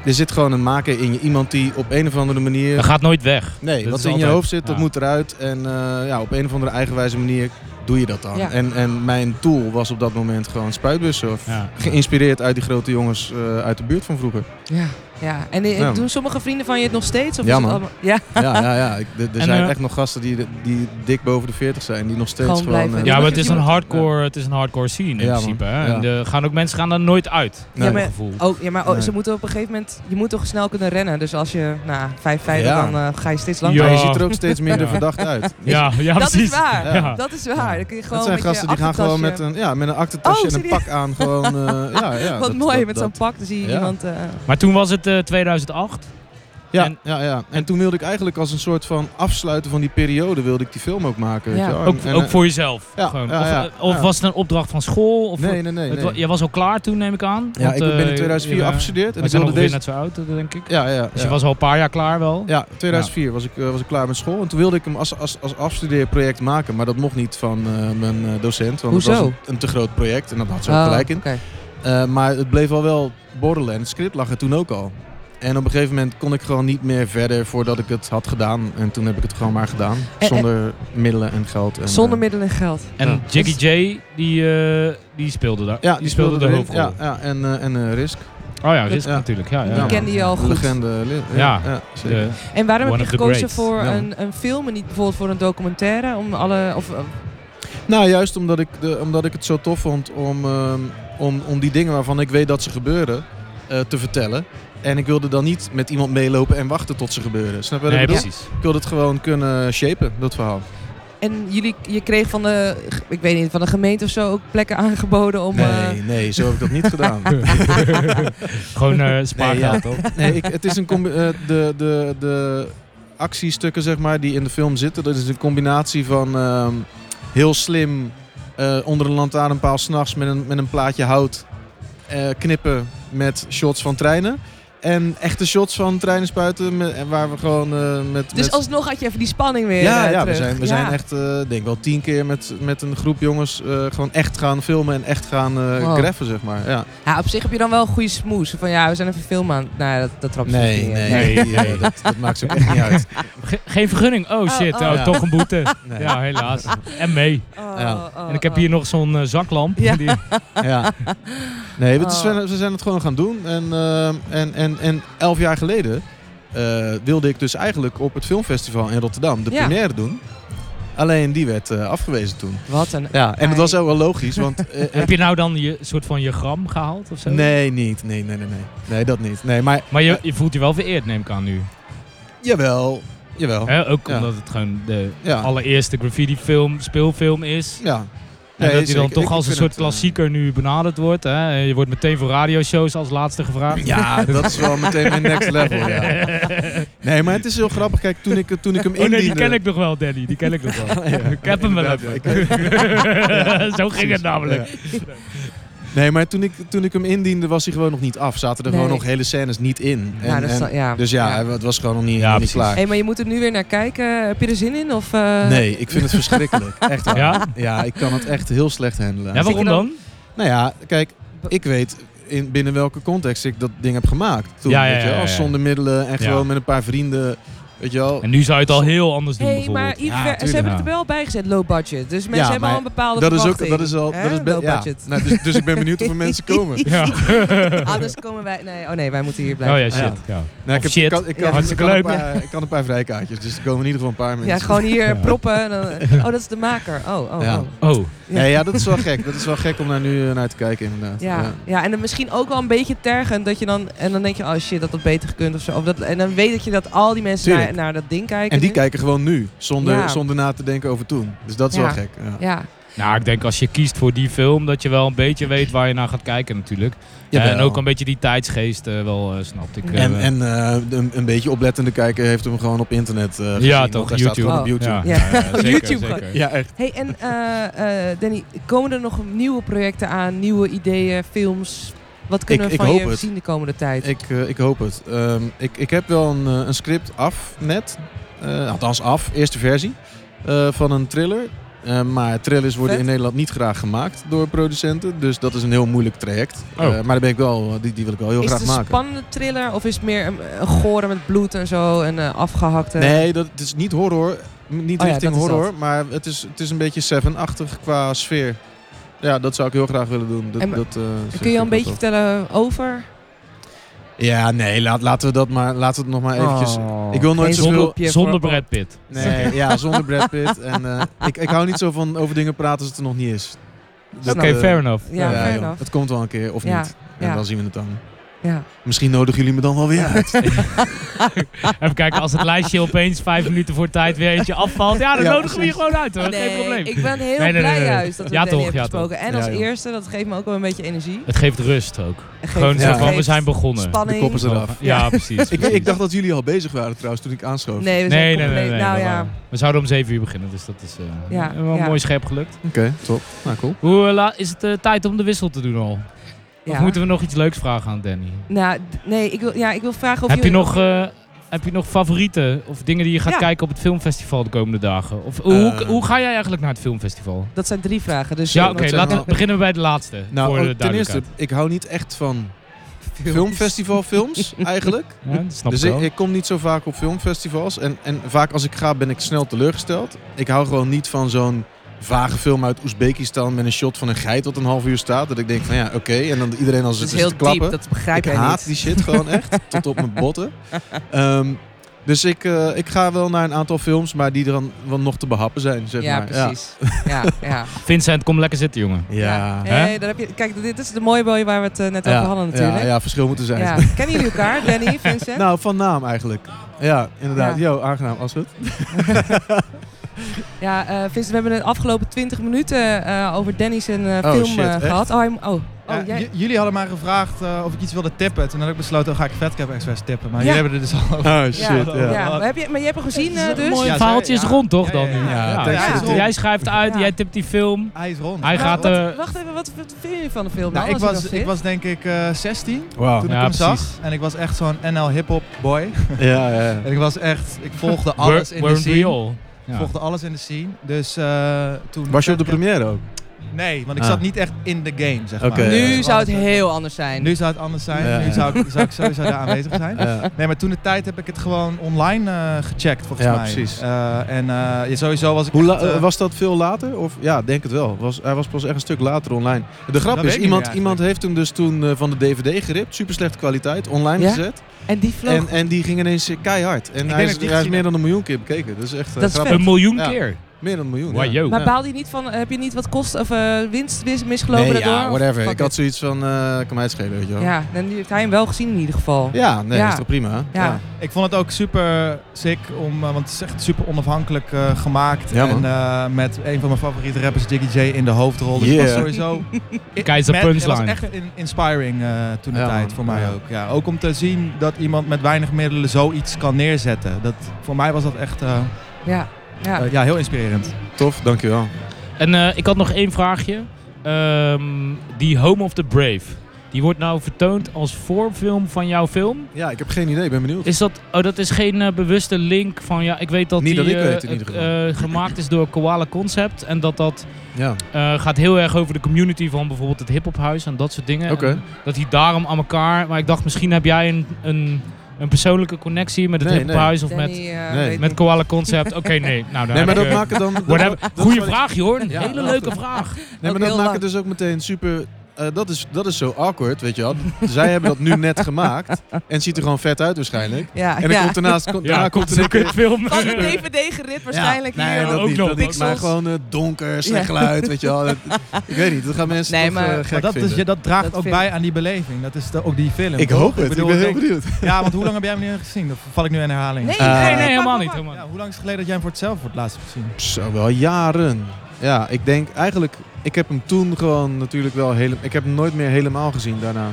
[SPEAKER 4] er zit gewoon een maker in je, iemand die op een of andere manier...
[SPEAKER 2] Dat gaat nooit weg.
[SPEAKER 4] Nee,
[SPEAKER 2] Dat
[SPEAKER 4] wat
[SPEAKER 2] is
[SPEAKER 4] in je
[SPEAKER 2] altijd-
[SPEAKER 4] hoofd zit, dat
[SPEAKER 2] ja.
[SPEAKER 4] moet eruit. En eh, ja, op een of andere eigenwijze manier doe je dat dan.
[SPEAKER 1] Ja.
[SPEAKER 4] En, en mijn tool was op dat moment gewoon spuitbussen. Of
[SPEAKER 2] Ja.
[SPEAKER 4] Geïnspireerd uit die grote jongens eh, uit de buurt van vroeger.
[SPEAKER 1] ja. ja. En eh,
[SPEAKER 4] Ja.
[SPEAKER 1] doen sommige vrienden van je het nog steeds? Of is
[SPEAKER 4] Ja,
[SPEAKER 1] het
[SPEAKER 4] man.
[SPEAKER 1] allemaal- ja.
[SPEAKER 4] ja, ja, ja. Ik- d- er
[SPEAKER 2] En,
[SPEAKER 4] zijn
[SPEAKER 2] eh,
[SPEAKER 4] echt nog gasten die, die dik boven de 40 zijn. Die nog steeds
[SPEAKER 1] Gewoon
[SPEAKER 4] gewoon...
[SPEAKER 1] blijven
[SPEAKER 4] eh,
[SPEAKER 1] doen.
[SPEAKER 2] Ja, maar
[SPEAKER 1] moet
[SPEAKER 2] het
[SPEAKER 1] je
[SPEAKER 2] is, een
[SPEAKER 1] iemand-
[SPEAKER 2] hardcore, het is een hardcore scene in
[SPEAKER 4] Ja, man.
[SPEAKER 2] principe. Hè?
[SPEAKER 4] Ja.
[SPEAKER 2] En de, gaan ook, mensen gaan daar nooit uit.
[SPEAKER 1] Ja,
[SPEAKER 4] Nee.
[SPEAKER 2] voor
[SPEAKER 1] maar-
[SPEAKER 2] mijn gevoel.
[SPEAKER 1] Oh, ja, maar oh,
[SPEAKER 4] Nee.
[SPEAKER 1] ze moeten op een gegeven moment... Je moet toch snel kunnen rennen. Dus als je na 5 5
[SPEAKER 4] Ja.
[SPEAKER 1] dan eh, ga je steeds langer.
[SPEAKER 2] Ja.
[SPEAKER 4] Maar je ziet er ook steeds minder
[SPEAKER 2] Ja.
[SPEAKER 4] verdacht uit.
[SPEAKER 2] ja, ja,
[SPEAKER 1] dat
[SPEAKER 2] precies.
[SPEAKER 1] is waar.
[SPEAKER 2] Ja.
[SPEAKER 1] Dat is waar. Dan kun je gewoon
[SPEAKER 4] Dat zijn
[SPEAKER 1] met je
[SPEAKER 4] gasten die gaan gewoon met
[SPEAKER 1] achtertasje-
[SPEAKER 4] een, ja, met een aktentasje
[SPEAKER 1] Oh,
[SPEAKER 4] en een
[SPEAKER 1] serieus?
[SPEAKER 4] pak aan. Gewoon, eh, ja, ja,
[SPEAKER 1] Wat
[SPEAKER 4] dat-
[SPEAKER 1] mooi,
[SPEAKER 4] dat-
[SPEAKER 1] met
[SPEAKER 4] dat-
[SPEAKER 1] zo'n pak. Dan zie je
[SPEAKER 4] Ja.
[SPEAKER 1] iemand... eh,
[SPEAKER 2] Maar toen was het eh, 2008.
[SPEAKER 4] Ja,
[SPEAKER 2] En-
[SPEAKER 4] ja, ja. En toen wilde ik eigenlijk als een soort van afsluiten van die periode wilde ik die film ook maken. Weet
[SPEAKER 1] Ja.
[SPEAKER 4] je wel. En-
[SPEAKER 2] Ook,
[SPEAKER 4] en,
[SPEAKER 2] ook
[SPEAKER 4] eh,
[SPEAKER 2] voor jezelf.
[SPEAKER 4] ja,
[SPEAKER 2] gewoon.
[SPEAKER 4] ja,
[SPEAKER 2] of
[SPEAKER 4] ja,
[SPEAKER 2] eh, of
[SPEAKER 4] ja.
[SPEAKER 2] was het een opdracht van school? Of
[SPEAKER 4] Nee, nee, nee.
[SPEAKER 2] het
[SPEAKER 4] nee.
[SPEAKER 2] wa- jij was al klaar toen, neem ik aan. eh,
[SPEAKER 4] ja, ik ben in 2004 afgestudeerd
[SPEAKER 2] En
[SPEAKER 4] en
[SPEAKER 2] ik
[SPEAKER 4] ik
[SPEAKER 2] ben
[SPEAKER 4] wilde
[SPEAKER 2] ongeveer
[SPEAKER 4] deze...
[SPEAKER 2] net zo oud, eh, denk ik.
[SPEAKER 4] Ja, ja, ja.
[SPEAKER 2] Dus je was al een paar jaar klaar wel.
[SPEAKER 4] Ja, 2004 Was, ik, eh, was ik klaar met school. En toen wilde ik hem als, als, als afstudeerproject maken. Maar dat mocht niet van eh, mijn eh, docent. Want
[SPEAKER 1] Hoezo? Ah.
[SPEAKER 4] het was een, een te groot project. En dat had ze ook gelijk in.
[SPEAKER 1] Oh, oké.
[SPEAKER 4] Eh, maar het bleef al wel borrelen. En het script lag er toen ook al. En op een gegeven moment kon ik gewoon niet meer verder voordat ik het had gedaan. En toen heb ik het gewoon maar gedaan.
[SPEAKER 1] En-
[SPEAKER 4] Zonder middelen en geld. En,
[SPEAKER 1] Eh, Zonder
[SPEAKER 4] eh,
[SPEAKER 1] middelen en geld. Dus
[SPEAKER 2] En
[SPEAKER 4] Ja.
[SPEAKER 2] Jiggy J, die, eh, die speelde daar.
[SPEAKER 4] Ja, die speelde,
[SPEAKER 2] de
[SPEAKER 4] erin.
[SPEAKER 2] hoofdrol.
[SPEAKER 4] Ja, ja, en, eh, en eh, Risk.
[SPEAKER 2] Oh ja, Risk
[SPEAKER 4] Ja.
[SPEAKER 2] natuurlijk. Ja, ja.
[SPEAKER 1] Die
[SPEAKER 4] man.
[SPEAKER 1] kende je al goed.
[SPEAKER 4] Legende. li-
[SPEAKER 2] Ja.
[SPEAKER 4] zeker.
[SPEAKER 2] De-
[SPEAKER 1] En waarom
[SPEAKER 2] One
[SPEAKER 1] heb je
[SPEAKER 2] of the
[SPEAKER 1] gekozen
[SPEAKER 2] greats.
[SPEAKER 1] voor
[SPEAKER 4] Ja.
[SPEAKER 1] een, een film en niet bijvoorbeeld voor een documentaire? Om alle, of, eh,
[SPEAKER 4] Nou, juist omdat ik, de, omdat ik het zo tof vond om, ehm, om, om die dingen waarvan ik weet dat ze gebeuren eh, te vertellen. En ik wilde dan niet met iemand meelopen en wachten tot ze gebeuren. Snap je wat
[SPEAKER 2] nee,
[SPEAKER 4] ik bedoel?
[SPEAKER 2] precies.
[SPEAKER 4] Ik wilde het gewoon kunnen shapen, dat verhaal.
[SPEAKER 1] en jullie, je kreeg van de, ik weet niet, van de gemeente of zo ook plekken aangeboden om... eh,
[SPEAKER 4] Nee, nee, zo heb ik dat niet gedaan.
[SPEAKER 2] Gewoon eh spaargeld, toch?
[SPEAKER 4] Nee, ik, het is een combi- eh, de, de, de actiestukken zeg maar, die in de film zitten. Dat is een combinatie van ehm, heel slim eh, onder een lantaarnpaal s'nachts met een, met een plaatje hout eh, knippen met shots van treinen. En echte shots van treinen spuiten met, en waar we gewoon eh, met...
[SPEAKER 1] dus
[SPEAKER 4] met
[SPEAKER 1] alsnog had je even die spanning weer
[SPEAKER 4] ja,
[SPEAKER 1] eh,
[SPEAKER 4] ja, we
[SPEAKER 1] terug.
[SPEAKER 4] zijn, we
[SPEAKER 1] Ja.
[SPEAKER 4] zijn echt, eh, denk wel tien keer met, met een groep jongens eh, gewoon echt gaan filmen en echt gaan eh
[SPEAKER 1] Wow.
[SPEAKER 4] graffen, zeg maar. Ja.
[SPEAKER 1] Ja, op zich heb je dan wel een goede smoes. Van ja, we zijn even film aan. Nou, dat, dat trapt ze
[SPEAKER 4] Nee,
[SPEAKER 1] niet in.
[SPEAKER 4] nee,
[SPEAKER 2] Nee.
[SPEAKER 4] eh, dat, dat maakt ze ook echt niet uit.
[SPEAKER 2] Ge- geen vergunning. Oh
[SPEAKER 1] Oh,
[SPEAKER 2] shit,
[SPEAKER 1] oh.
[SPEAKER 2] oh,
[SPEAKER 4] Ja.
[SPEAKER 2] toch een boete.
[SPEAKER 4] Nee.
[SPEAKER 2] Ja, helaas. En mee.
[SPEAKER 1] Oh,
[SPEAKER 4] Ja.
[SPEAKER 1] oh,
[SPEAKER 2] En ik heb
[SPEAKER 1] oh.
[SPEAKER 2] hier nog zo'n eh, zaklamp.
[SPEAKER 1] Ja.
[SPEAKER 2] Die-
[SPEAKER 4] Ja. Nee, het is-
[SPEAKER 1] Oh.
[SPEAKER 4] ze zijn het gewoon gaan doen. En, ehm, en, en, en elf jaar geleden eh, wilde ik dus eigenlijk op het filmfestival in Rotterdam de
[SPEAKER 1] Ja.
[SPEAKER 4] première doen. Alleen die werd eh, afgewezen toen.
[SPEAKER 1] Wat een...
[SPEAKER 4] Ja, en dat was ook wel logisch, want... eh, eh,
[SPEAKER 2] heb je nou dan je soort van je gram gehaald of zo?
[SPEAKER 4] nee, niet. Nee, nee, nee, nee. Nee, dat niet. Nee, maar
[SPEAKER 2] Maar je, je voelt je wel vereerd, neem ik aan nu.
[SPEAKER 4] jawel. Jawel.
[SPEAKER 2] Hè, ook
[SPEAKER 4] Oh. Ja.
[SPEAKER 2] omdat het gewoon de
[SPEAKER 4] Ja.
[SPEAKER 2] allereerste graffiti film, speelfilm is.
[SPEAKER 4] ja.
[SPEAKER 2] En
[SPEAKER 4] Nee,
[SPEAKER 2] dat hij dan
[SPEAKER 4] zeker.
[SPEAKER 2] toch
[SPEAKER 4] Ik-
[SPEAKER 2] als
[SPEAKER 4] ik
[SPEAKER 2] een
[SPEAKER 4] vind
[SPEAKER 2] soort
[SPEAKER 4] het, eh,
[SPEAKER 2] klassieker nu benaderd wordt. Hè? Je wordt meteen voor radioshows als laatste gevraagd.
[SPEAKER 4] Ja, dat is wel meteen mijn next level, ja. Nee, maar het is heel grappig. Kijk, toen ik, toen ik hem
[SPEAKER 2] Oh nee, die
[SPEAKER 4] indiende-
[SPEAKER 2] ken ik nog wel, Danny. Die ken ik nog wel. ik heb hem wel
[SPEAKER 4] eh, inderdaad,
[SPEAKER 2] even.
[SPEAKER 4] ja, ik
[SPEAKER 2] Zo ging het namelijk.
[SPEAKER 4] Ja. Nee, maar toen ik, toen ik hem indiende was hij gewoon nog niet af. Zaten er gewoon
[SPEAKER 1] Nee.
[SPEAKER 4] nog hele scènes niet in. En-
[SPEAKER 1] Ja, Nou, dat is
[SPEAKER 4] en-
[SPEAKER 1] dan- ja.
[SPEAKER 4] Dus ja, het was gewoon nog niet,
[SPEAKER 2] Ja,
[SPEAKER 4] nog niet
[SPEAKER 2] precies.
[SPEAKER 4] klaar.
[SPEAKER 1] Hey, maar je moet er nu weer naar kijken. Heb je er zin in? Of, eh,
[SPEAKER 4] Nee, ik vind het verschrikkelijk. Echt waar.
[SPEAKER 2] Ja?
[SPEAKER 4] Ja? ik kan het echt heel slecht handelen.
[SPEAKER 2] Ja, waarom dan?
[SPEAKER 4] Nou ja, kijk, ik weet in, binnen welke context ik dat ding heb gemaakt. Toen,
[SPEAKER 2] Ja, ja,
[SPEAKER 4] weet je,
[SPEAKER 2] ja,
[SPEAKER 4] wel,
[SPEAKER 2] ja, ja.
[SPEAKER 4] zonder middelen en
[SPEAKER 2] Ja.
[SPEAKER 4] gewoon met een paar vrienden Weet je wel?
[SPEAKER 2] En nu zou je het al heel anders doen
[SPEAKER 1] Hey,
[SPEAKER 2] bijvoorbeeld.
[SPEAKER 1] maar ieder-
[SPEAKER 4] Ja,
[SPEAKER 1] ze
[SPEAKER 4] tuurlijk.
[SPEAKER 1] hebben het
[SPEAKER 2] Ja.
[SPEAKER 1] er wel bij gezet, low budget. Dus mensen
[SPEAKER 4] Ja,
[SPEAKER 1] hebben
[SPEAKER 4] maar
[SPEAKER 1] al een bepaalde
[SPEAKER 4] dat is ook,
[SPEAKER 1] verwachting.
[SPEAKER 4] dat is al,
[SPEAKER 1] hè?
[SPEAKER 4] dat is be-
[SPEAKER 1] low
[SPEAKER 4] ja.
[SPEAKER 1] budget.
[SPEAKER 4] Nou, dus, dus ik ben benieuwd of er mensen komen.
[SPEAKER 2] Ja.
[SPEAKER 1] Anders komen wij... Nee, oh nee, wij moeten hier
[SPEAKER 2] Oh
[SPEAKER 1] blijven.
[SPEAKER 2] ja, shit. Ja.
[SPEAKER 4] Nou,
[SPEAKER 2] Of
[SPEAKER 4] ik, heb,
[SPEAKER 2] shit.
[SPEAKER 4] ik kan, ik kan,
[SPEAKER 1] Ja,
[SPEAKER 2] hartstikke
[SPEAKER 4] ik kan
[SPEAKER 2] leuk,
[SPEAKER 4] Een paar, ik kan een paar vrijkaartjes, dus er komen in ieder geval een paar mensen.
[SPEAKER 1] Ja, gewoon hier
[SPEAKER 2] Ja.
[SPEAKER 1] proppen. en dan- oh, dat is de maker. Oh, oh,
[SPEAKER 4] Ja.
[SPEAKER 1] oh.
[SPEAKER 2] Oh,
[SPEAKER 4] Ja, ja, dat is wel gek. Dat is wel gek om daar nu eh, naar te kijken, inderdaad.
[SPEAKER 1] Ja, ja. en dan misschien ook wel een beetje tergend dat je dan... En dan denk je, oh shit, dat dat beter gekund of zo. Of dat, en dan weet dat je dat al die mensen
[SPEAKER 4] Tuurlijk.
[SPEAKER 1] naar, naar dat ding kijken.
[SPEAKER 4] En die
[SPEAKER 1] nu.
[SPEAKER 4] kijken gewoon nu, zonder,
[SPEAKER 1] Ja.
[SPEAKER 4] zonder na te denken over toen. Dus dat is
[SPEAKER 1] Ja.
[SPEAKER 4] wel gek. Ja.
[SPEAKER 1] Ja,
[SPEAKER 2] nou ik denk als je kiest voor die film dat je wel een beetje weet waar je naar gaat kijken natuurlijk.
[SPEAKER 4] Jawel.
[SPEAKER 2] en ook een beetje die tijdsgeest eh, wel eh, snapt. Ik, eh,
[SPEAKER 4] En, en eh, een, een beetje oplettende kijker heeft hem gewoon op internet eh, gezien. want
[SPEAKER 2] toch,
[SPEAKER 4] hij staat
[SPEAKER 2] YouTube.
[SPEAKER 4] gewoon op
[SPEAKER 1] Oh.
[SPEAKER 4] YouTube.
[SPEAKER 2] Ja,
[SPEAKER 1] Ja.
[SPEAKER 2] ja, ja, zeker,
[SPEAKER 1] YouTube
[SPEAKER 2] zeker.
[SPEAKER 4] Ja, echt.
[SPEAKER 1] Hey, en eh, eh, Danny, komen er nog nieuwe projecten aan, nieuwe ideeën, films? Wat kunnen
[SPEAKER 4] Ik-
[SPEAKER 1] we
[SPEAKER 4] ik
[SPEAKER 1] van je
[SPEAKER 4] hoop het.
[SPEAKER 1] zien de komende tijd?
[SPEAKER 4] Ik, eh, ik hoop het. Ehm, ik, ik heb wel een, eh, een script af net. Eh, althans af, eerste versie. eh, van een thriller. Eh, maar thrillers worden
[SPEAKER 1] Vet.
[SPEAKER 4] in Nederland niet graag gemaakt door producenten. Dus dat is een heel moeilijk traject.
[SPEAKER 2] Oh.
[SPEAKER 4] Eh, maar daar ben ik wel, die, die wil ik wel heel
[SPEAKER 1] is
[SPEAKER 4] graag
[SPEAKER 1] het een
[SPEAKER 4] maken.
[SPEAKER 1] spannende thriller of is het meer een, een gore met bloed en zo en eh, afgehakte?
[SPEAKER 4] Nee, dat, het is niet horror. M- Niet
[SPEAKER 1] Oh ja,
[SPEAKER 4] richting
[SPEAKER 1] dat is
[SPEAKER 4] horror. Maar het is, het is een beetje Seven-achtig qua sfeer. Ja, dat zou ik heel graag willen doen. Dat,
[SPEAKER 1] En-
[SPEAKER 4] dat, eh, vind
[SPEAKER 1] Kun
[SPEAKER 4] ik
[SPEAKER 1] je al
[SPEAKER 4] wel
[SPEAKER 1] een beetje
[SPEAKER 4] tof.
[SPEAKER 1] vertellen over?
[SPEAKER 4] Ja, nee, laat, laten, we dat maar, laten we het nog maar eventjes... ik wil nooit
[SPEAKER 1] Oh. Geen
[SPEAKER 4] zoveel...
[SPEAKER 1] zonnebril. Kopje voor-
[SPEAKER 2] Zonder Brad Pitt.
[SPEAKER 4] Nee, ja, zonder Brad Pitt. En, eh, ik, ik hou niet zo van over dingen praten als het er nog niet is.
[SPEAKER 2] Oké,
[SPEAKER 1] Snap
[SPEAKER 4] eh,
[SPEAKER 1] ik.
[SPEAKER 2] fair enough.
[SPEAKER 1] Ja, fair
[SPEAKER 4] joh,
[SPEAKER 1] enough.
[SPEAKER 4] Het komt wel een keer, of
[SPEAKER 1] Ja,
[SPEAKER 4] niet. En
[SPEAKER 1] ja.
[SPEAKER 4] dan zien we het dan.
[SPEAKER 1] Ja.
[SPEAKER 4] Misschien nodigen jullie me dan wel weer uit.
[SPEAKER 2] Even kijken, als het lijstje opeens vijf minuten voor tijd weer eentje afvalt, ja, dan
[SPEAKER 4] Ja,
[SPEAKER 2] nodigen we je
[SPEAKER 4] precies.
[SPEAKER 2] gewoon uit hoor, geen
[SPEAKER 1] Nee,
[SPEAKER 2] probleem.
[SPEAKER 1] ik ben heel
[SPEAKER 2] Nee, nee,
[SPEAKER 1] blij
[SPEAKER 2] nee, nee.
[SPEAKER 1] juist dat we
[SPEAKER 2] Ja,
[SPEAKER 1] Danny
[SPEAKER 2] toch,
[SPEAKER 1] hebben
[SPEAKER 2] ja,
[SPEAKER 1] gesproken. En
[SPEAKER 4] Ja,
[SPEAKER 1] als
[SPEAKER 4] joh.
[SPEAKER 1] eerste, dat geeft me ook wel een beetje energie.
[SPEAKER 2] Het geeft rust ook.
[SPEAKER 1] En geeft-
[SPEAKER 2] Gewoon
[SPEAKER 4] Ja.
[SPEAKER 2] zo van, we
[SPEAKER 1] geeft
[SPEAKER 2] zijn begonnen.
[SPEAKER 4] De
[SPEAKER 1] Spanning.
[SPEAKER 4] kop is eraf.
[SPEAKER 2] Ja, precies.
[SPEAKER 4] Ik,
[SPEAKER 2] precies.
[SPEAKER 4] ik dacht dat jullie al bezig waren trouwens toen ik aanschoof.
[SPEAKER 1] Nee, we zijn
[SPEAKER 2] Nee, nee, nee,
[SPEAKER 1] compleet...
[SPEAKER 2] nee,
[SPEAKER 1] nou
[SPEAKER 2] dat
[SPEAKER 1] ja.
[SPEAKER 2] waren- We zouden om zeven uur beginnen, dus dat is eh,
[SPEAKER 1] Ja,
[SPEAKER 2] wel
[SPEAKER 1] ja.
[SPEAKER 2] mooi scherp gelukt.
[SPEAKER 4] Oké, top. Nou, cool.
[SPEAKER 2] Hoe eh, la- is het eh, tijd om de wissel te doen al? Of
[SPEAKER 1] ja.
[SPEAKER 2] moeten we nog iets leuks vragen aan Danny?
[SPEAKER 1] Nou, d- nee, ik wil, ja, ik wil vragen of
[SPEAKER 2] Heb je, nog, eh, heb je nog favorieten of dingen die je gaat
[SPEAKER 1] Ja.
[SPEAKER 2] kijken op het filmfestival de komende dagen? Of hoe,
[SPEAKER 4] Eh.
[SPEAKER 2] hoe ga jij eigenlijk naar het filmfestival?
[SPEAKER 1] Dat zijn drie vragen, dus...
[SPEAKER 2] Ja,
[SPEAKER 1] eh,
[SPEAKER 2] oké,
[SPEAKER 4] dat zijn
[SPEAKER 2] laten we
[SPEAKER 4] wel-
[SPEAKER 2] beginnen we bij de laatste.
[SPEAKER 4] Nou,
[SPEAKER 2] voor
[SPEAKER 4] ook
[SPEAKER 2] de
[SPEAKER 4] ten eerste,
[SPEAKER 2] duidelijkheid.
[SPEAKER 4] ik hou niet echt van filmfestivalfilms eigenlijk.
[SPEAKER 2] Ja, dat snap
[SPEAKER 4] Dus
[SPEAKER 2] ik
[SPEAKER 4] ik,
[SPEAKER 2] wel.
[SPEAKER 4] ik kom niet zo vaak op filmfestivals. En, en vaak als ik ga ben ik snel teleurgesteld. Ik hou gewoon niet van zo'n vage film uit Oezbekistan met een shot van een geit dat een half uur staat. Dat ik denk van ja, oké. En dan iedereen als
[SPEAKER 1] Dat is
[SPEAKER 4] het is
[SPEAKER 1] heel
[SPEAKER 4] te klappen.
[SPEAKER 1] diep, dat begrijp
[SPEAKER 4] ik
[SPEAKER 1] jij
[SPEAKER 4] haat
[SPEAKER 1] niet.
[SPEAKER 4] die shit gewoon echt. tot op mijn botten. Ehm, dus ik, eh, ik ga wel naar een aantal films, maar die er dan wel nog te behappen zijn, zeg
[SPEAKER 1] ja,
[SPEAKER 4] maar.
[SPEAKER 1] precies. Ja, ja.
[SPEAKER 2] Vincent, kom lekker zitten, jongen.
[SPEAKER 4] Ja. Ja.
[SPEAKER 1] Hé,
[SPEAKER 2] Hè?
[SPEAKER 1] daar heb je, kijk, dit is de mooie boy waar we het eh, net
[SPEAKER 4] Ja,
[SPEAKER 1] over hadden natuurlijk.
[SPEAKER 4] Ja, ja, verschil moeten zijn.
[SPEAKER 1] Ja. Kennen jullie elkaar, Danny, Vincent?
[SPEAKER 4] Nou, van naam eigenlijk. Ja, inderdaad.
[SPEAKER 1] Ja.
[SPEAKER 4] Jo, aangenaam, als het.
[SPEAKER 1] Ja, eh, Vincent, we hebben de afgelopen 20 minuten eh, over Danny's en, eh,
[SPEAKER 4] Oh,
[SPEAKER 1] film
[SPEAKER 4] shit,
[SPEAKER 1] eh,
[SPEAKER 4] echt?
[SPEAKER 1] gehad. Oh, hij, mo- oh,
[SPEAKER 3] Ja,
[SPEAKER 1] oh jij,
[SPEAKER 3] j- jullie hadden mij gevraagd eh, of ik iets wilde tippen. Toen had ik besloten, oh, ga ik Vetcap Express tippen. Maar
[SPEAKER 1] Ja.
[SPEAKER 3] jullie hebben er dus al over.
[SPEAKER 4] Oh,
[SPEAKER 1] Ja,
[SPEAKER 4] shit.
[SPEAKER 1] ja.
[SPEAKER 4] Ja.
[SPEAKER 1] maar, heb je, maar je hebt hem gezien eh,
[SPEAKER 2] Het
[SPEAKER 1] dus?
[SPEAKER 3] mooi- Ja,
[SPEAKER 2] verhaaltje is
[SPEAKER 3] ja.
[SPEAKER 2] rond, toch? Dan?
[SPEAKER 3] Ja, ja,
[SPEAKER 1] ja.
[SPEAKER 4] Ja,
[SPEAKER 2] Ja,
[SPEAKER 4] tekst
[SPEAKER 2] ja.
[SPEAKER 4] is rond.
[SPEAKER 2] Jij schrijft uit,
[SPEAKER 1] Ja.
[SPEAKER 2] jij tipt die film.
[SPEAKER 3] Hij is rond.
[SPEAKER 2] Hij
[SPEAKER 3] Ja.
[SPEAKER 2] gaat,
[SPEAKER 1] wat,
[SPEAKER 2] eh,
[SPEAKER 1] wacht even, wat, wat vinden jullie van de film?
[SPEAKER 3] Nou, ik
[SPEAKER 1] Alles
[SPEAKER 3] was,
[SPEAKER 1] nog
[SPEAKER 3] ik
[SPEAKER 1] fit?
[SPEAKER 3] was denk ik eh, 16
[SPEAKER 4] Wauw.
[SPEAKER 3] toen
[SPEAKER 2] Oh, Ja,
[SPEAKER 3] ik hem
[SPEAKER 2] precies.
[SPEAKER 3] zag. En ik was echt zo'n NL hip-hop boy.
[SPEAKER 4] Ja, ja, ja.
[SPEAKER 3] En ik was echt, ik volgde alles
[SPEAKER 2] Wer-
[SPEAKER 3] in de
[SPEAKER 2] Weren't
[SPEAKER 3] scene.
[SPEAKER 2] we all?
[SPEAKER 3] Ik
[SPEAKER 2] Ja.
[SPEAKER 3] volgde alles in de scene. Dus eh, toen.
[SPEAKER 4] Was je op de
[SPEAKER 3] Fatcap-
[SPEAKER 4] première ook?
[SPEAKER 3] Nee, want ik
[SPEAKER 4] Ah.
[SPEAKER 3] zat niet echt in de game, zeg
[SPEAKER 4] Oké.
[SPEAKER 3] maar.
[SPEAKER 4] Ja,
[SPEAKER 1] Nu
[SPEAKER 3] Dus
[SPEAKER 1] zou het
[SPEAKER 3] was-
[SPEAKER 1] heel anders zijn.
[SPEAKER 3] Nu zou het anders zijn.
[SPEAKER 4] Ja.
[SPEAKER 3] Nu zou ik, zou ik sowieso daar aanwezig zijn.
[SPEAKER 4] Ja.
[SPEAKER 3] Nee, maar toen de tijd heb ik het gewoon online eh, gecheckt, volgens
[SPEAKER 4] Ja,
[SPEAKER 3] mij.
[SPEAKER 4] precies.
[SPEAKER 3] Eh, en eh, ja, sowieso was ik.
[SPEAKER 4] Hoe la-
[SPEAKER 3] echt, eh,
[SPEAKER 4] was dat veel later? Of, ja, denk het wel. Was, hij was pas echt een stuk later online. De grap
[SPEAKER 3] Dat weet ik
[SPEAKER 4] is,
[SPEAKER 3] niet
[SPEAKER 4] iemand,
[SPEAKER 3] meer
[SPEAKER 4] iemand
[SPEAKER 3] eigenlijk.
[SPEAKER 4] heeft hem dus toen eh, van de DVD geript. Super slechte kwaliteit. Online
[SPEAKER 1] Ja?
[SPEAKER 4] gezet.
[SPEAKER 1] en die vloog.
[SPEAKER 4] En, en die ging ineens eh, keihard. En
[SPEAKER 3] denk
[SPEAKER 4] hij
[SPEAKER 3] dat
[SPEAKER 4] is,
[SPEAKER 3] ik die
[SPEAKER 4] hij is
[SPEAKER 3] gezien
[SPEAKER 4] meer dan een miljoen keer bekeken. Dat is echt eh,
[SPEAKER 1] Dat is
[SPEAKER 4] grappig.
[SPEAKER 2] Een miljoen
[SPEAKER 4] Ja.
[SPEAKER 2] keer.
[SPEAKER 4] Meer dan een miljoen.
[SPEAKER 2] Wow,
[SPEAKER 4] ja.
[SPEAKER 2] yo.
[SPEAKER 1] maar
[SPEAKER 4] Ja.
[SPEAKER 1] baalde je niet van, heb je niet wat kost of eh, winst mis- misgelopen
[SPEAKER 4] Nee,
[SPEAKER 1] daardoor?
[SPEAKER 4] ja,
[SPEAKER 1] Of-
[SPEAKER 4] whatever.
[SPEAKER 1] fuck
[SPEAKER 4] Ik had
[SPEAKER 1] it.
[SPEAKER 4] zoiets van, eh kan mij het schelen, weet je wel.
[SPEAKER 1] Ja, en nu heeft hij hem wel gezien in ieder geval.
[SPEAKER 4] Ja, nee,
[SPEAKER 1] Ja.
[SPEAKER 4] dat is toch prima.
[SPEAKER 1] Ja.
[SPEAKER 3] Ik vond het ook super sick, om, eh, want het is echt super onafhankelijk eh, gemaakt.
[SPEAKER 4] Ja,
[SPEAKER 3] en
[SPEAKER 4] man.
[SPEAKER 3] eh, met een van mijn favoriete rappers, Jiggy J, in de hoofdrol. Dus
[SPEAKER 4] Yeah.
[SPEAKER 3] het was sowieso...
[SPEAKER 2] Keizer
[SPEAKER 3] met-
[SPEAKER 2] punchline.
[SPEAKER 3] Het was echt in- inspiring eh, toen de
[SPEAKER 4] Ja,
[SPEAKER 3] tijd
[SPEAKER 4] man.
[SPEAKER 3] voor mij
[SPEAKER 4] Ja.
[SPEAKER 3] ook. Ja, ook om te zien dat iemand met weinig middelen zoiets kan neerzetten. Dat, voor mij was dat echt eh,
[SPEAKER 1] Ja, ja.
[SPEAKER 3] eh, ja, heel inspirerend.
[SPEAKER 4] Tof, dankjewel.
[SPEAKER 2] En eh, ik had nog één vraagje. Ehm, die Home of the Brave. Die wordt nou vertoond als voorfilm van jouw film.
[SPEAKER 4] Ja, ik heb geen idee. Ben benieuwd.
[SPEAKER 2] Is dat, oh, dat is geen eh, bewuste link van, ja, ik weet dat
[SPEAKER 4] Niet
[SPEAKER 2] die
[SPEAKER 4] dat ik
[SPEAKER 2] eh,
[SPEAKER 4] weet in ieder
[SPEAKER 2] eh,
[SPEAKER 4] geval.
[SPEAKER 2] eh, gemaakt is door Koala Concept. En dat dat
[SPEAKER 4] Ja.
[SPEAKER 2] eh, gaat heel erg over de community van bijvoorbeeld het hiphophuis en dat soort dingen.
[SPEAKER 4] Oké.
[SPEAKER 2] En Dat die daarom aan elkaar, maar ik dacht misschien heb jij een, een een persoonlijke connectie met het
[SPEAKER 4] Nee,
[SPEAKER 2] hip
[SPEAKER 4] nee.
[SPEAKER 2] huis of
[SPEAKER 1] Danny,
[SPEAKER 2] met,
[SPEAKER 1] eh,
[SPEAKER 4] nee,
[SPEAKER 1] weet
[SPEAKER 2] met
[SPEAKER 1] niet.
[SPEAKER 2] Koala Concept. Oké, nee. Nou, daar
[SPEAKER 4] Nee,
[SPEAKER 2] heb
[SPEAKER 4] maar dat
[SPEAKER 2] ik, eh,
[SPEAKER 4] maakt het dan...
[SPEAKER 2] Wat
[SPEAKER 4] dat-
[SPEAKER 2] heb-
[SPEAKER 4] dat-
[SPEAKER 2] Goeie
[SPEAKER 4] dat-
[SPEAKER 2] vraag, joh. Een
[SPEAKER 4] Ja.
[SPEAKER 2] hele leuke vraag.
[SPEAKER 4] Nee,
[SPEAKER 1] Ook
[SPEAKER 4] maar dat
[SPEAKER 1] heel
[SPEAKER 4] maakt
[SPEAKER 1] lang.
[SPEAKER 4] het dus ook meteen super... eh, dat, is, dat is zo awkward, weet je wel. Zij hebben dat nu net gemaakt. En het ziet er gewoon vet uit waarschijnlijk.
[SPEAKER 1] Ja,
[SPEAKER 4] En dan
[SPEAKER 1] ja.
[SPEAKER 4] komt daarnaast... Komt, daarna komt er
[SPEAKER 2] een film.
[SPEAKER 1] Van de DVD-gerip waarschijnlijk
[SPEAKER 4] Ja, nee,
[SPEAKER 1] hier.
[SPEAKER 4] dat
[SPEAKER 2] ook
[SPEAKER 4] niet,
[SPEAKER 2] nog.
[SPEAKER 4] dat niet. Maar
[SPEAKER 1] Pixels.
[SPEAKER 4] gewoon eh, donker,
[SPEAKER 1] Ja.
[SPEAKER 4] slecht geluid, weet je wel. Dat- ik weet niet, dat gaan mensen
[SPEAKER 1] Nee,
[SPEAKER 4] toch,
[SPEAKER 1] maar-
[SPEAKER 4] eh,
[SPEAKER 1] Maar
[SPEAKER 3] Maar
[SPEAKER 4] gek
[SPEAKER 3] dat, is,
[SPEAKER 4] vinden.
[SPEAKER 3] ja, dat draagt
[SPEAKER 1] Dat
[SPEAKER 3] ook
[SPEAKER 1] vind-
[SPEAKER 3] bij aan die beleving. Dat is de- ook die film.
[SPEAKER 4] ik
[SPEAKER 3] toch?
[SPEAKER 4] hoop het, ik
[SPEAKER 3] bedoel,
[SPEAKER 4] ben heel
[SPEAKER 3] denk-
[SPEAKER 4] benieuwd.
[SPEAKER 3] Ja, want hoe lang heb jij hem nu gezien? Of val ik nu in herhaling?
[SPEAKER 1] Nee,
[SPEAKER 4] Eh,
[SPEAKER 2] Nee, nee,
[SPEAKER 1] pak,
[SPEAKER 2] helemaal
[SPEAKER 1] pak,
[SPEAKER 2] niet.
[SPEAKER 1] pak.
[SPEAKER 2] Helemaal. niet.
[SPEAKER 3] Ja, hoe lang is het geleden dat jij hem voor het zelf voor het laatst hebt gezien?
[SPEAKER 4] Zo, wel jaren. Ja, ik denk eigenlijk... Ik heb hem toen gewoon natuurlijk wel... Hele, ik heb hem nooit meer helemaal gezien daarna.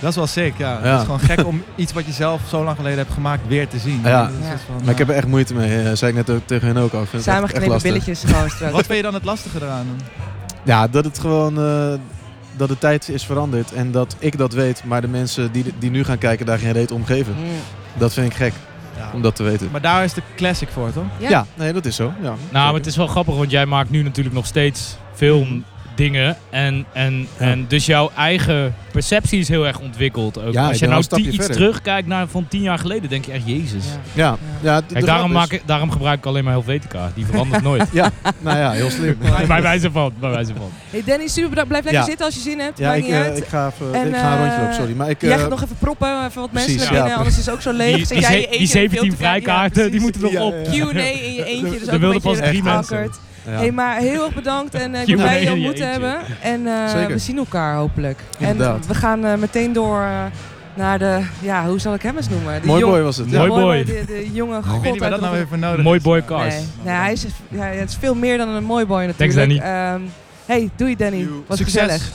[SPEAKER 3] Dat is wel sick, ja.
[SPEAKER 4] Ja.
[SPEAKER 3] Het is gewoon gek om iets wat je zelf zo lang geleden hebt gemaakt weer te zien.
[SPEAKER 4] Ja.
[SPEAKER 3] Dat is
[SPEAKER 1] Ja.
[SPEAKER 3] van,
[SPEAKER 4] Maar ik heb er echt moeite mee. eh, zei ik net ook tegen hen ook al. Ik vind het echt- echt
[SPEAKER 1] Samengeknepen
[SPEAKER 4] lastig.
[SPEAKER 1] billetjes gewoon
[SPEAKER 3] eh,
[SPEAKER 1] straks.
[SPEAKER 3] Wat vind je dan het lastige eraan?
[SPEAKER 4] Ja, dat het gewoon... eh, dat de tijd is veranderd. En dat ik dat weet. Maar de mensen die, die nu gaan kijken daar geen reet om geven.
[SPEAKER 1] Mm.
[SPEAKER 4] Dat vind ik gek.
[SPEAKER 3] Ja.
[SPEAKER 4] Om dat te weten.
[SPEAKER 3] Maar daar is de classic voor, toch?
[SPEAKER 1] Ja.
[SPEAKER 4] Ja, nee, dat is zo. Ja,
[SPEAKER 2] Nou, maar het is wel grappig, want jij maakt nu natuurlijk nog steeds filmdingen. En, en, en dus jouw eigen perceptie is heel erg ontwikkeld. Ook.
[SPEAKER 4] Ja, ik
[SPEAKER 2] Als je
[SPEAKER 4] ben
[SPEAKER 2] nou
[SPEAKER 4] al een stapje
[SPEAKER 2] ti- iets
[SPEAKER 4] verder.
[SPEAKER 2] terugkijkt naar van tien jaar geleden, denk je echt, jezus.
[SPEAKER 1] Ja.
[SPEAKER 4] Ja, ja. de-
[SPEAKER 2] Kijk,
[SPEAKER 4] de
[SPEAKER 2] daarom,
[SPEAKER 4] grap is-
[SPEAKER 2] maak ik, daarom gebruik ik alleen maar Helvetica. Die verandert nooit.
[SPEAKER 4] Ja, nou ja, heel slim.
[SPEAKER 2] bij wijze van, bij wijze van.
[SPEAKER 1] Hey Danny, super bedankt. Blijf lekker
[SPEAKER 4] Ja.
[SPEAKER 1] zitten als je zin hebt.
[SPEAKER 4] Ja,
[SPEAKER 1] Maakt
[SPEAKER 4] ik,
[SPEAKER 1] niet
[SPEAKER 4] eh,
[SPEAKER 1] uit.
[SPEAKER 4] ik, ga even,
[SPEAKER 1] En,
[SPEAKER 4] ik ga een
[SPEAKER 1] eh,
[SPEAKER 4] rondje lopen, sorry. Maar ik,
[SPEAKER 1] Jij
[SPEAKER 4] eh,
[SPEAKER 1] gaat nog even proppen, even wat mensen
[SPEAKER 4] precies,
[SPEAKER 1] erin,
[SPEAKER 4] ja.
[SPEAKER 1] eh, anders is het ook zo leeg.
[SPEAKER 2] Die,
[SPEAKER 1] Zit
[SPEAKER 2] die,
[SPEAKER 1] jij in je
[SPEAKER 2] ze- die
[SPEAKER 1] eentje een film
[SPEAKER 2] 17
[SPEAKER 1] te kijken? Ja,
[SPEAKER 2] vrijkaarten, die
[SPEAKER 1] precies.
[SPEAKER 2] moeten nog
[SPEAKER 4] Ja,
[SPEAKER 2] op.
[SPEAKER 4] ja,
[SPEAKER 1] Q&A in je eentje, dus
[SPEAKER 2] Er
[SPEAKER 1] ook een
[SPEAKER 2] wilden
[SPEAKER 1] beetje
[SPEAKER 2] pas drie mensen.
[SPEAKER 1] awkward.
[SPEAKER 4] ja.
[SPEAKER 1] Hey, maar heel erg bedankt en eh ik
[SPEAKER 2] Q&A
[SPEAKER 1] ben blij je
[SPEAKER 2] in je
[SPEAKER 1] ontmoet te
[SPEAKER 2] eentje.
[SPEAKER 1] hebben. En eh,
[SPEAKER 4] Zeker.
[SPEAKER 1] we zien elkaar hopelijk.
[SPEAKER 4] Inderdaad.
[SPEAKER 1] En we gaan eh, meteen door eh, naar de, ja, hoe zal ik hem eens noemen? De
[SPEAKER 4] Mooi
[SPEAKER 1] jong-
[SPEAKER 4] boy was het.
[SPEAKER 1] de
[SPEAKER 4] Ja.
[SPEAKER 2] Mooi boy.
[SPEAKER 1] De, de jonge god
[SPEAKER 3] Ik weet niet waar
[SPEAKER 1] uit
[SPEAKER 3] dat nou
[SPEAKER 1] Rotterdam.
[SPEAKER 3] weer voor nodig
[SPEAKER 2] Mooi
[SPEAKER 3] is.
[SPEAKER 2] boy
[SPEAKER 3] maar-
[SPEAKER 2] cast. Cars.
[SPEAKER 1] Nee, nee hij is, ja, het is veel meer dan een mooi boy natuurlijk. Ehm, hey, doei Danny.
[SPEAKER 4] Joe.
[SPEAKER 1] Was
[SPEAKER 3] Succes.
[SPEAKER 1] gezellig.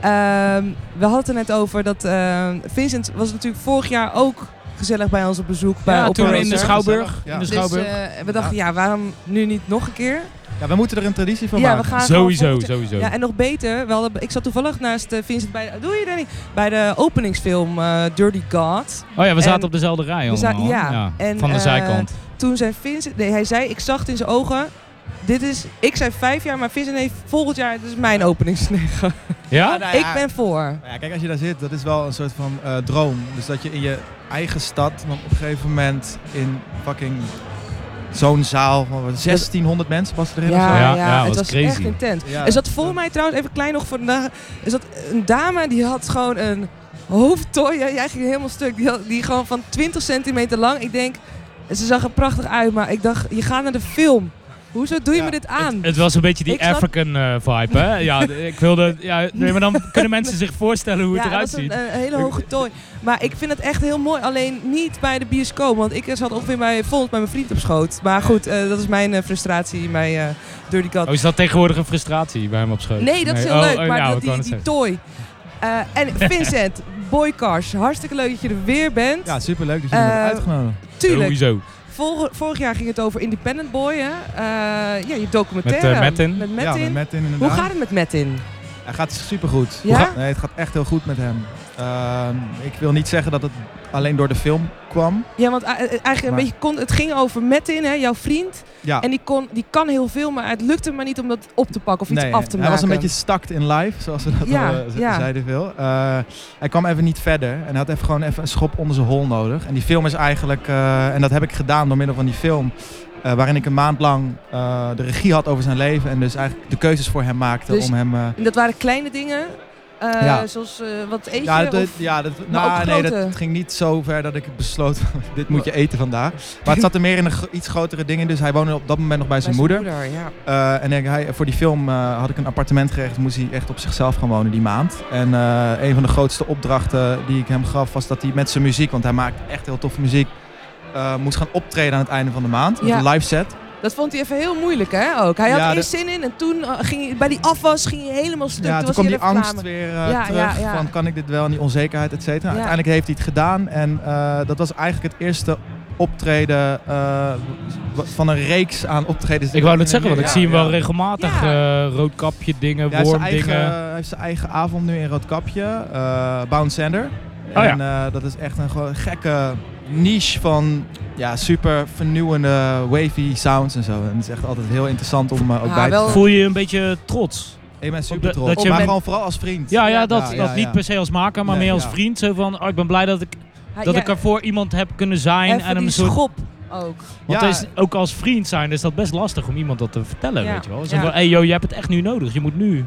[SPEAKER 1] Ehm, we hadden het er net over dat ehm, Vincent was natuurlijk vorig jaar ook gezellig bij ons op bezoek bij
[SPEAKER 2] Ja, toen
[SPEAKER 1] Oppenheimer.
[SPEAKER 2] in de Schouwburg.
[SPEAKER 3] Ja.
[SPEAKER 2] In de
[SPEAKER 1] Dus
[SPEAKER 2] Schouwburg.
[SPEAKER 1] eh, we dachten, ja, waarom nu niet nog een keer?
[SPEAKER 3] Ja, we moeten er een traditie van
[SPEAKER 1] ja, we
[SPEAKER 3] maken.
[SPEAKER 1] gaan gewoon
[SPEAKER 2] sowieso,
[SPEAKER 1] volgend jaar-
[SPEAKER 2] sowieso.
[SPEAKER 1] Ja, en nog beter, we hadden, ik zat toevallig naast eh, Vincent bij, doei Danny, bij de openingsfilm eh, Dirty God.
[SPEAKER 2] oh ja, we zaten
[SPEAKER 1] en-
[SPEAKER 2] op dezelfde rij
[SPEAKER 1] we za-
[SPEAKER 2] allemaal.
[SPEAKER 1] ja,
[SPEAKER 2] ja.
[SPEAKER 1] en,
[SPEAKER 2] van de
[SPEAKER 1] eh,
[SPEAKER 2] zijkant.
[SPEAKER 1] Toen zei Vincent, nee, hij zei, ik zag het in zijn ogen, dit is, ik zei vijf jaar, maar Vincent heeft volgend jaar, dit is mijn openingsnegen.
[SPEAKER 2] Ja?
[SPEAKER 3] Nou ja,
[SPEAKER 1] Ik ben voor.
[SPEAKER 3] Nou Ja, kijk, als je daar zit, dat is wel een soort van eh, droom. Dus dat je in je eigen stad dan op een gegeven moment in fucking zo'n zaal van wat, 1600 mensen was erin of zo.
[SPEAKER 1] Ja,
[SPEAKER 2] Ja,
[SPEAKER 1] ja,
[SPEAKER 2] ja,
[SPEAKER 1] het
[SPEAKER 2] was
[SPEAKER 1] was
[SPEAKER 2] crazy.
[SPEAKER 1] echt intens.
[SPEAKER 3] Ja.
[SPEAKER 1] Er zat voor mij trouwens, even klein nog voor vandaag, er zat een dame die had gewoon een hoofdtooi. Ja, Jij ging helemaal stuk. Die, had- die gewoon van 20 centimeter lang. Ik denk, ze zag er prachtig uit, maar ik dacht, je gaat naar de film. Hoezo doe je
[SPEAKER 3] Ja,
[SPEAKER 1] me dit aan?
[SPEAKER 2] Het was een beetje die
[SPEAKER 1] Ik snap-
[SPEAKER 2] African eh, vibe, hè? Ja, d- ik wilde... Ja, nee, maar dan kunnen mensen zich voorstellen hoe het
[SPEAKER 1] ja,
[SPEAKER 2] eruit
[SPEAKER 1] dat was
[SPEAKER 2] ziet.
[SPEAKER 1] een, een hele hoge tooi. Maar ik vind het echt heel mooi, alleen niet bij de bioscoop. Want ik zat ongeveer bij, volgens bij mijn vriend op schoot. Maar goed, eh, dat is mijn eh, frustratie, mijn eh dirty cat.
[SPEAKER 2] Oh, is dat tegenwoordig een frustratie bij hem op schoot?
[SPEAKER 1] Nee, dat is heel
[SPEAKER 2] oh,
[SPEAKER 1] leuk,
[SPEAKER 2] oh,
[SPEAKER 1] maar
[SPEAKER 2] nou,
[SPEAKER 1] dat,
[SPEAKER 2] ik wou
[SPEAKER 1] die,
[SPEAKER 2] net
[SPEAKER 1] die
[SPEAKER 2] zeggen.
[SPEAKER 1] toy. Eh, en Vincent, Boycars, hartstikke leuk dat je er weer bent.
[SPEAKER 3] Ja, superleuk dat jullie me
[SPEAKER 1] Eh,
[SPEAKER 3] hebben uitgenodigd.
[SPEAKER 1] Tuurlijk,
[SPEAKER 2] Sowieso.
[SPEAKER 1] vol- vorig jaar ging het over Independent Boy, hè? Eh, ja, je documentaire.
[SPEAKER 2] Met, eh, Metin.
[SPEAKER 1] Met
[SPEAKER 3] ja,
[SPEAKER 1] Metin.
[SPEAKER 3] met Metin inderdaad.
[SPEAKER 1] Hoe gaat het met Metin?
[SPEAKER 3] Hij gaat supergoed.
[SPEAKER 1] Ja?
[SPEAKER 3] Nee, het gaat echt heel goed met hem. Ehm, ik wil niet zeggen dat het alleen door de film kwam.
[SPEAKER 1] Ja, want eh, eh, eigenlijk een
[SPEAKER 3] Maar-
[SPEAKER 1] beetje kon, het ging over Metin, hè, jouw vriend.
[SPEAKER 3] Ja.
[SPEAKER 1] En die, kon, die kan heel veel, maar het lukte hem maar niet om dat op te pakken of iets
[SPEAKER 3] Nee,
[SPEAKER 1] af te
[SPEAKER 3] hij
[SPEAKER 1] maken.
[SPEAKER 3] was een beetje stakt in life, zoals ze dat
[SPEAKER 1] Ja,
[SPEAKER 3] al, eh, z-
[SPEAKER 1] ja.
[SPEAKER 3] zeiden veel. Eh, hij kwam even niet verder en hij had even gewoon even een schop onder zijn hol nodig. En die film is eigenlijk, eh, en dat heb ik gedaan door middel van die film, eh, waarin ik een maand lang eh, de regie had over zijn leven en dus eigenlijk de keuzes voor hem maakte
[SPEAKER 1] Dus-
[SPEAKER 3] om hem... eh,
[SPEAKER 1] En dat waren kleine dingen, eh,
[SPEAKER 3] Ja.
[SPEAKER 1] zoals eh, wat eet je?
[SPEAKER 3] ja, dat,
[SPEAKER 1] of-
[SPEAKER 3] ja, dat,
[SPEAKER 1] maar ook
[SPEAKER 3] nou, nee, dat
[SPEAKER 1] grote.
[SPEAKER 3] ging niet zo ver dat ik besloot, dit moet je eten vandaag. Maar het zat er meer in een gro- iets grotere dingen, dus hij woonde op dat moment nog bij zijn moeder.
[SPEAKER 1] ja.
[SPEAKER 3] Eh, en ik- hij, voor die film eh, had ik een appartement geregeld, moest hij echt op zichzelf gaan wonen die maand. En eh, een van de grootste opdrachten die ik hem gaf was dat hij met zijn muziek, want hij maakt echt heel toffe muziek, eh, moest gaan optreden aan het einde van de maand.
[SPEAKER 1] Ja.
[SPEAKER 3] Met een live set.
[SPEAKER 1] Dat vond hij even heel moeilijk, hè? Ook. Hij had
[SPEAKER 3] Ja,
[SPEAKER 1] er
[SPEAKER 3] de-
[SPEAKER 1] eerst zin in en toen eh, ging hij, bij die afwas ging hij helemaal stuk.
[SPEAKER 3] ja,
[SPEAKER 1] toen
[SPEAKER 3] toen
[SPEAKER 1] was
[SPEAKER 3] kwam
[SPEAKER 1] hij
[SPEAKER 3] die
[SPEAKER 1] heel
[SPEAKER 3] angst
[SPEAKER 1] reclame.
[SPEAKER 3] weer eh,
[SPEAKER 1] Ja,
[SPEAKER 3] terug
[SPEAKER 1] ja, ja.
[SPEAKER 3] van kan ik dit wel en die onzekerheid, et cetera.
[SPEAKER 1] Ja.
[SPEAKER 3] Uiteindelijk heeft hij het gedaan en eh, dat was eigenlijk het eerste optreden eh, w- van een reeks aan optredens. die
[SPEAKER 2] Ik wou
[SPEAKER 3] we
[SPEAKER 2] net zeggen, want ik
[SPEAKER 3] Ja,
[SPEAKER 2] zie hem wel
[SPEAKER 3] ja.
[SPEAKER 2] regelmatig.
[SPEAKER 1] Ja.
[SPEAKER 2] eh, roodkapje dingen,
[SPEAKER 3] Ja, hij, heeft zijn eigen,
[SPEAKER 2] wormdingen.
[SPEAKER 3] hij heeft zijn eigen avond nu in Roodkapje, eh Bound Sander.
[SPEAKER 2] Oh
[SPEAKER 3] en eh, dat is echt een gewoon gekke niche van ja, super vernieuwende wavy sounds en zo. En het is echt altijd heel interessant om eh, ook
[SPEAKER 1] Ah,
[SPEAKER 3] bij
[SPEAKER 1] wel-
[SPEAKER 3] te zijn.
[SPEAKER 2] Voel je je een beetje trots?
[SPEAKER 3] Ik ben super
[SPEAKER 2] dat-
[SPEAKER 3] trots,
[SPEAKER 2] dat je
[SPEAKER 3] maar
[SPEAKER 2] bent-
[SPEAKER 3] gewoon vooral als vriend.
[SPEAKER 2] Ja, ja,
[SPEAKER 1] Ja,
[SPEAKER 2] dat,
[SPEAKER 3] ja,
[SPEAKER 2] dat
[SPEAKER 3] ja,
[SPEAKER 2] niet
[SPEAKER 3] ja.
[SPEAKER 2] per se als maker, maar
[SPEAKER 3] Nee,
[SPEAKER 2] meer als
[SPEAKER 3] ja.
[SPEAKER 2] vriend. Zo van, oh, ik ben blij dat ik dat ik ervoor iemand heb kunnen zijn en hem
[SPEAKER 1] een
[SPEAKER 2] een soort...
[SPEAKER 1] schop ook.
[SPEAKER 2] Want
[SPEAKER 3] Ja.
[SPEAKER 2] het is, ook als vriend zijn is dat best lastig om iemand dat te vertellen,
[SPEAKER 1] Ja.
[SPEAKER 2] weet je wel. Zo
[SPEAKER 1] Ja.
[SPEAKER 2] van, hey joh, je hebt het echt nu nodig. Je moet nu...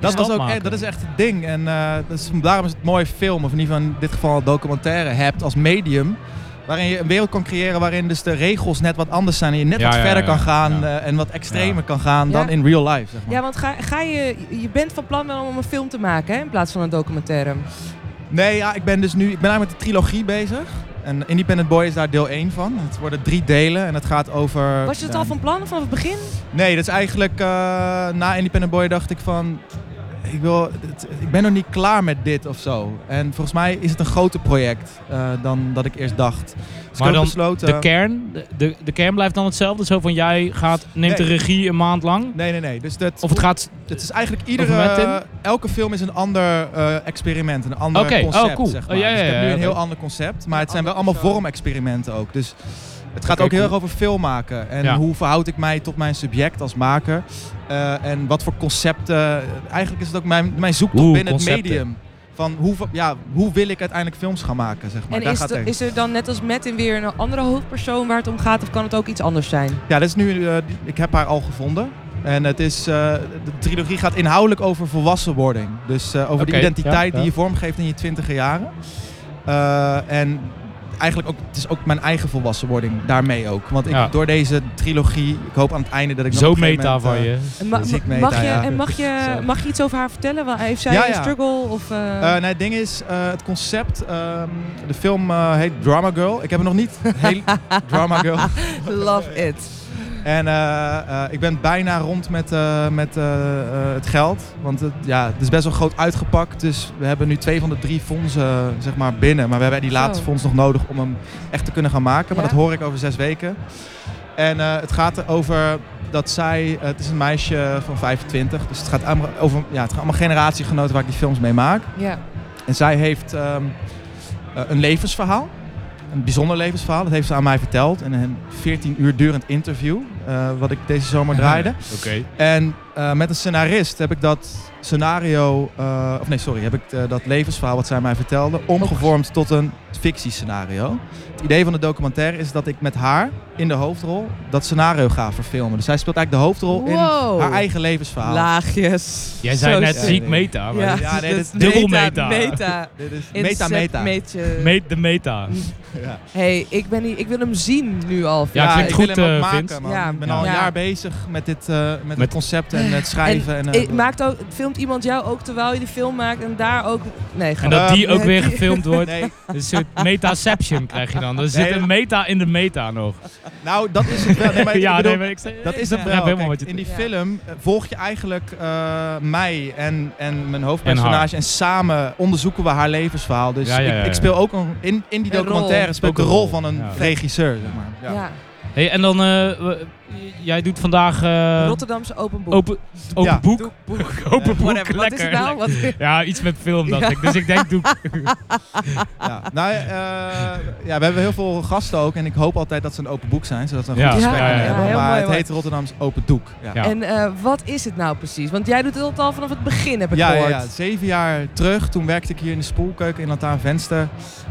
[SPEAKER 3] Dat,
[SPEAKER 2] stap
[SPEAKER 3] was ook,
[SPEAKER 2] maken.
[SPEAKER 3] echt- dat is echt het ding. En eh, dat is, daarom is het mooi film, of in ieder geval in dit geval een documentaire, hebt als medium. Waarin je een wereld kan creëren waarin dus de regels net wat anders zijn. En je net
[SPEAKER 2] Ja,
[SPEAKER 3] wat
[SPEAKER 2] ja,
[SPEAKER 3] verder
[SPEAKER 2] ja,
[SPEAKER 3] kan gaan
[SPEAKER 2] ja.
[SPEAKER 3] eh, en wat extremer
[SPEAKER 2] Ja.
[SPEAKER 3] kan gaan dan
[SPEAKER 1] Ja.
[SPEAKER 3] in real life. Zeg maar.
[SPEAKER 1] Ja, want ga, ga je, je bent van plan wel om een film te maken hè, in plaats van een documentaire.
[SPEAKER 3] Nee, ja, ik ben dus nu ik ben eigenlijk met de trilogie bezig. En Independent Boy is daar deel 1 van. Het worden drie delen en het gaat over...
[SPEAKER 1] Was je het
[SPEAKER 3] ja,
[SPEAKER 1] al van plan vanaf het begin?
[SPEAKER 3] Nee, dat is eigenlijk eh, na Independent Boy dacht ik van. Ik, wil, het- ik ben nog niet klaar met dit of zo. En volgens mij is het een groter project eh, dan dat ik eerst dacht. Dus ik
[SPEAKER 2] Maar
[SPEAKER 3] heb
[SPEAKER 2] dan
[SPEAKER 3] besloten.
[SPEAKER 2] De kern, de, de, de kern blijft dan hetzelfde. Zo van, jij gaat, neemt de
[SPEAKER 3] Nee.
[SPEAKER 2] regie een maand lang.
[SPEAKER 3] Nee, nee, nee. Dus dat,
[SPEAKER 2] Of het gaat...
[SPEAKER 3] het is eigenlijk iedere.
[SPEAKER 2] Over Matt
[SPEAKER 3] elke film is een ander eh, experiment, een ander
[SPEAKER 2] Oké, oh,
[SPEAKER 3] concept.
[SPEAKER 2] cool.
[SPEAKER 3] Zeg maar.
[SPEAKER 2] Oh, ja, ja,
[SPEAKER 3] dus ik
[SPEAKER 2] ja,
[SPEAKER 3] heb nu een
[SPEAKER 2] oké.
[SPEAKER 3] heel ander concept. Maar het zijn wel
[SPEAKER 1] Ander
[SPEAKER 3] allemaal
[SPEAKER 1] persoon.
[SPEAKER 3] vormexperimenten ook. Dus het gaat
[SPEAKER 2] Oké,
[SPEAKER 3] ook heel
[SPEAKER 2] cool.
[SPEAKER 3] erg over film maken. En
[SPEAKER 2] Ja.
[SPEAKER 3] hoe verhoud ik mij tot mijn subject als maker? Eh, en wat voor concepten. Eigenlijk is het ook mijn, mijn zoektocht
[SPEAKER 2] Oeh,
[SPEAKER 3] binnen
[SPEAKER 2] concepten.
[SPEAKER 3] het medium. Van hoe, ja, hoe wil ik uiteindelijk films gaan maken? Zeg maar.
[SPEAKER 1] en
[SPEAKER 3] Daar
[SPEAKER 1] is,
[SPEAKER 3] gaat
[SPEAKER 1] de-
[SPEAKER 3] het.
[SPEAKER 1] is er dan net als met in weer een andere hoofdpersoon waar het om gaat? Of kan het ook iets anders zijn?
[SPEAKER 3] Ja, dat is nu, eh, die- ik heb haar al gevonden. En het is, eh, de trilogie gaat inhoudelijk over volwassenwording. Dus eh, over
[SPEAKER 2] Oké,
[SPEAKER 3] de identiteit
[SPEAKER 2] ja,
[SPEAKER 3] die
[SPEAKER 2] ja.
[SPEAKER 3] je vormgeeft in je twintiger jaren. Eh, en eigenlijk ook, het is ook mijn eigen volwassenwording daarmee ook. Want ik,
[SPEAKER 2] Ja.
[SPEAKER 3] door deze trilogie, ik hoop aan het einde dat ik nog
[SPEAKER 2] Zo
[SPEAKER 3] op een gegeven
[SPEAKER 2] meta
[SPEAKER 3] moment,
[SPEAKER 2] van
[SPEAKER 3] eh,
[SPEAKER 2] je.
[SPEAKER 1] En ma-
[SPEAKER 3] Dat is ik
[SPEAKER 1] mag,
[SPEAKER 3] meta,
[SPEAKER 1] je,
[SPEAKER 3] ja.
[SPEAKER 1] en mag, je,
[SPEAKER 3] Zo.
[SPEAKER 1] mag je iets over haar vertellen? Wel, Heeft zij
[SPEAKER 3] Ja,
[SPEAKER 1] een
[SPEAKER 3] ja.
[SPEAKER 1] struggle? Of, eh,
[SPEAKER 3] eh, nee, het ding is, eh, het concept, ehm, de film eh, heet Drama Girl. Ik heb hem nog niet heel... Drama Girl.
[SPEAKER 1] Love it.
[SPEAKER 3] En eh, eh, ik ben bijna rond met, eh, met eh, eh, het geld. Want het, ja, het is best wel groot uitgepakt. Dus we hebben nu twee van de drie fondsen zeg maar, binnen. Maar we hebben die
[SPEAKER 1] Zo.
[SPEAKER 3] laatste fonds nog nodig om hem echt te kunnen gaan maken. Maar
[SPEAKER 1] Ja.
[SPEAKER 3] dat hoor ik over zes weken. En eh, het gaat erover dat zij... eh, het is een meisje van 25. Dus het gaat allemaal over ja, het gaat allemaal generatiegenoten waar ik die films mee maak.
[SPEAKER 1] Ja.
[SPEAKER 3] En zij heeft ehm, eh, een levensverhaal. Een bijzonder levensverhaal. Dat heeft ze aan mij verteld. In een 14 uur durend interview. eh, wat ik deze zomer draaide.
[SPEAKER 2] Oké.
[SPEAKER 3] En eh, met een scenarist heb ik dat scenario. eh, of nee, sorry. Heb ik eh, dat levensverhaal wat zij mij vertelde. omgevormd tot een fictiescenario. Het idee van de documentaire is dat ik met haar in de hoofdrol. dat scenario ga verfilmen. Dus zij speelt eigenlijk de hoofdrol in
[SPEAKER 1] Wow.
[SPEAKER 3] haar eigen levensverhaal.
[SPEAKER 1] Laagjes.
[SPEAKER 2] Jij zei
[SPEAKER 1] Zo
[SPEAKER 2] net
[SPEAKER 1] sick.
[SPEAKER 2] ziek meta. maar
[SPEAKER 1] Ah, Ja,
[SPEAKER 2] dit-
[SPEAKER 3] Ja, nee,
[SPEAKER 1] dit is
[SPEAKER 2] dubbel meta.
[SPEAKER 1] meta. Meta.
[SPEAKER 3] Dit is
[SPEAKER 1] Incept
[SPEAKER 3] meta-meta.
[SPEAKER 1] meetje.
[SPEAKER 2] Meet de meta.
[SPEAKER 3] Ja.
[SPEAKER 1] hey, ik, ben hier, ik wil hem zien nu al.
[SPEAKER 2] Ja, klinkt
[SPEAKER 3] ik
[SPEAKER 2] goed,
[SPEAKER 3] wil hem
[SPEAKER 2] eh,
[SPEAKER 3] ook maken,
[SPEAKER 2] Vince.
[SPEAKER 3] man.
[SPEAKER 1] Ja.
[SPEAKER 3] Ik ben al
[SPEAKER 1] Ja.
[SPEAKER 3] een jaar bezig met dit eh, met,
[SPEAKER 2] Met-
[SPEAKER 3] het concept en het schrijven. En, eh,
[SPEAKER 1] Eh, maakt ook, filmt iemand jou ook terwijl je de film maakt en daar ook... Nee,
[SPEAKER 2] En
[SPEAKER 1] gewoon.
[SPEAKER 2] dat die
[SPEAKER 3] Eh,
[SPEAKER 2] ook
[SPEAKER 1] nee,
[SPEAKER 2] weer
[SPEAKER 1] die-
[SPEAKER 2] gefilmd wordt.
[SPEAKER 3] Nee,
[SPEAKER 2] Een soort metaception krijg je dan. Er
[SPEAKER 3] Nee,
[SPEAKER 2] zit een
[SPEAKER 3] dat-
[SPEAKER 2] meta in de meta nog.
[SPEAKER 3] nou, dat is het wel. Nee, maar ik
[SPEAKER 2] ja,
[SPEAKER 3] bedoel,
[SPEAKER 2] nee, maar ik zei-
[SPEAKER 3] dat is
[SPEAKER 2] ik
[SPEAKER 3] het
[SPEAKER 2] begrijp
[SPEAKER 3] wel.
[SPEAKER 2] helemaal
[SPEAKER 3] Kijk,
[SPEAKER 2] wat je
[SPEAKER 3] in die
[SPEAKER 1] Ja.
[SPEAKER 3] film eh, volg je eigenlijk eh, mij en, en mijn hoofdpersonage. En, samen onderzoeken we haar levensverhaal. Dus
[SPEAKER 2] Ja, ja, ja,
[SPEAKER 3] Ik, ik
[SPEAKER 2] ja.
[SPEAKER 3] speel ook een, in, in die
[SPEAKER 1] Een
[SPEAKER 3] documentaire
[SPEAKER 1] rol.
[SPEAKER 3] speel ik de
[SPEAKER 2] Ook een
[SPEAKER 3] rol
[SPEAKER 2] rol,
[SPEAKER 3] van een
[SPEAKER 2] ja.
[SPEAKER 3] regisseur. Zeg maar.
[SPEAKER 1] Ja.
[SPEAKER 2] Hey, en dan, eh, we- jij doet vandaag eh,
[SPEAKER 1] Rotterdamse
[SPEAKER 3] Ehm,
[SPEAKER 1] open boek.
[SPEAKER 2] open, open
[SPEAKER 3] Ja.
[SPEAKER 2] boek.
[SPEAKER 1] Doek, boek.
[SPEAKER 2] Open boek,
[SPEAKER 1] Whatever. Wat is
[SPEAKER 2] lekker.
[SPEAKER 1] het nou? Wat,
[SPEAKER 2] Ja, iets met film dacht
[SPEAKER 1] Ja.
[SPEAKER 2] ik. Dus ik denk doe.
[SPEAKER 3] Ja. Nou, eh, ja, we hebben heel veel gasten ook. En ik hoop altijd dat ze een open boek zijn. Zodat we een
[SPEAKER 2] Ja.
[SPEAKER 3] goed gesprek
[SPEAKER 2] Ja, ja,
[SPEAKER 3] kunnen
[SPEAKER 2] ja.
[SPEAKER 3] hebben.
[SPEAKER 1] Heel
[SPEAKER 3] maar
[SPEAKER 1] mooi,
[SPEAKER 3] het
[SPEAKER 1] hoor.
[SPEAKER 3] heet Rotterdams Open Doek. Ja.
[SPEAKER 2] Ja.
[SPEAKER 1] En eh, wat is het nou precies? Want jij doet het al vanaf het begin, heb ik
[SPEAKER 3] ja, ja,
[SPEAKER 1] gehoord.
[SPEAKER 3] ja, zeven jaar terug. Toen werkte ik hier in de spoelkeuken in Lantaan Venster.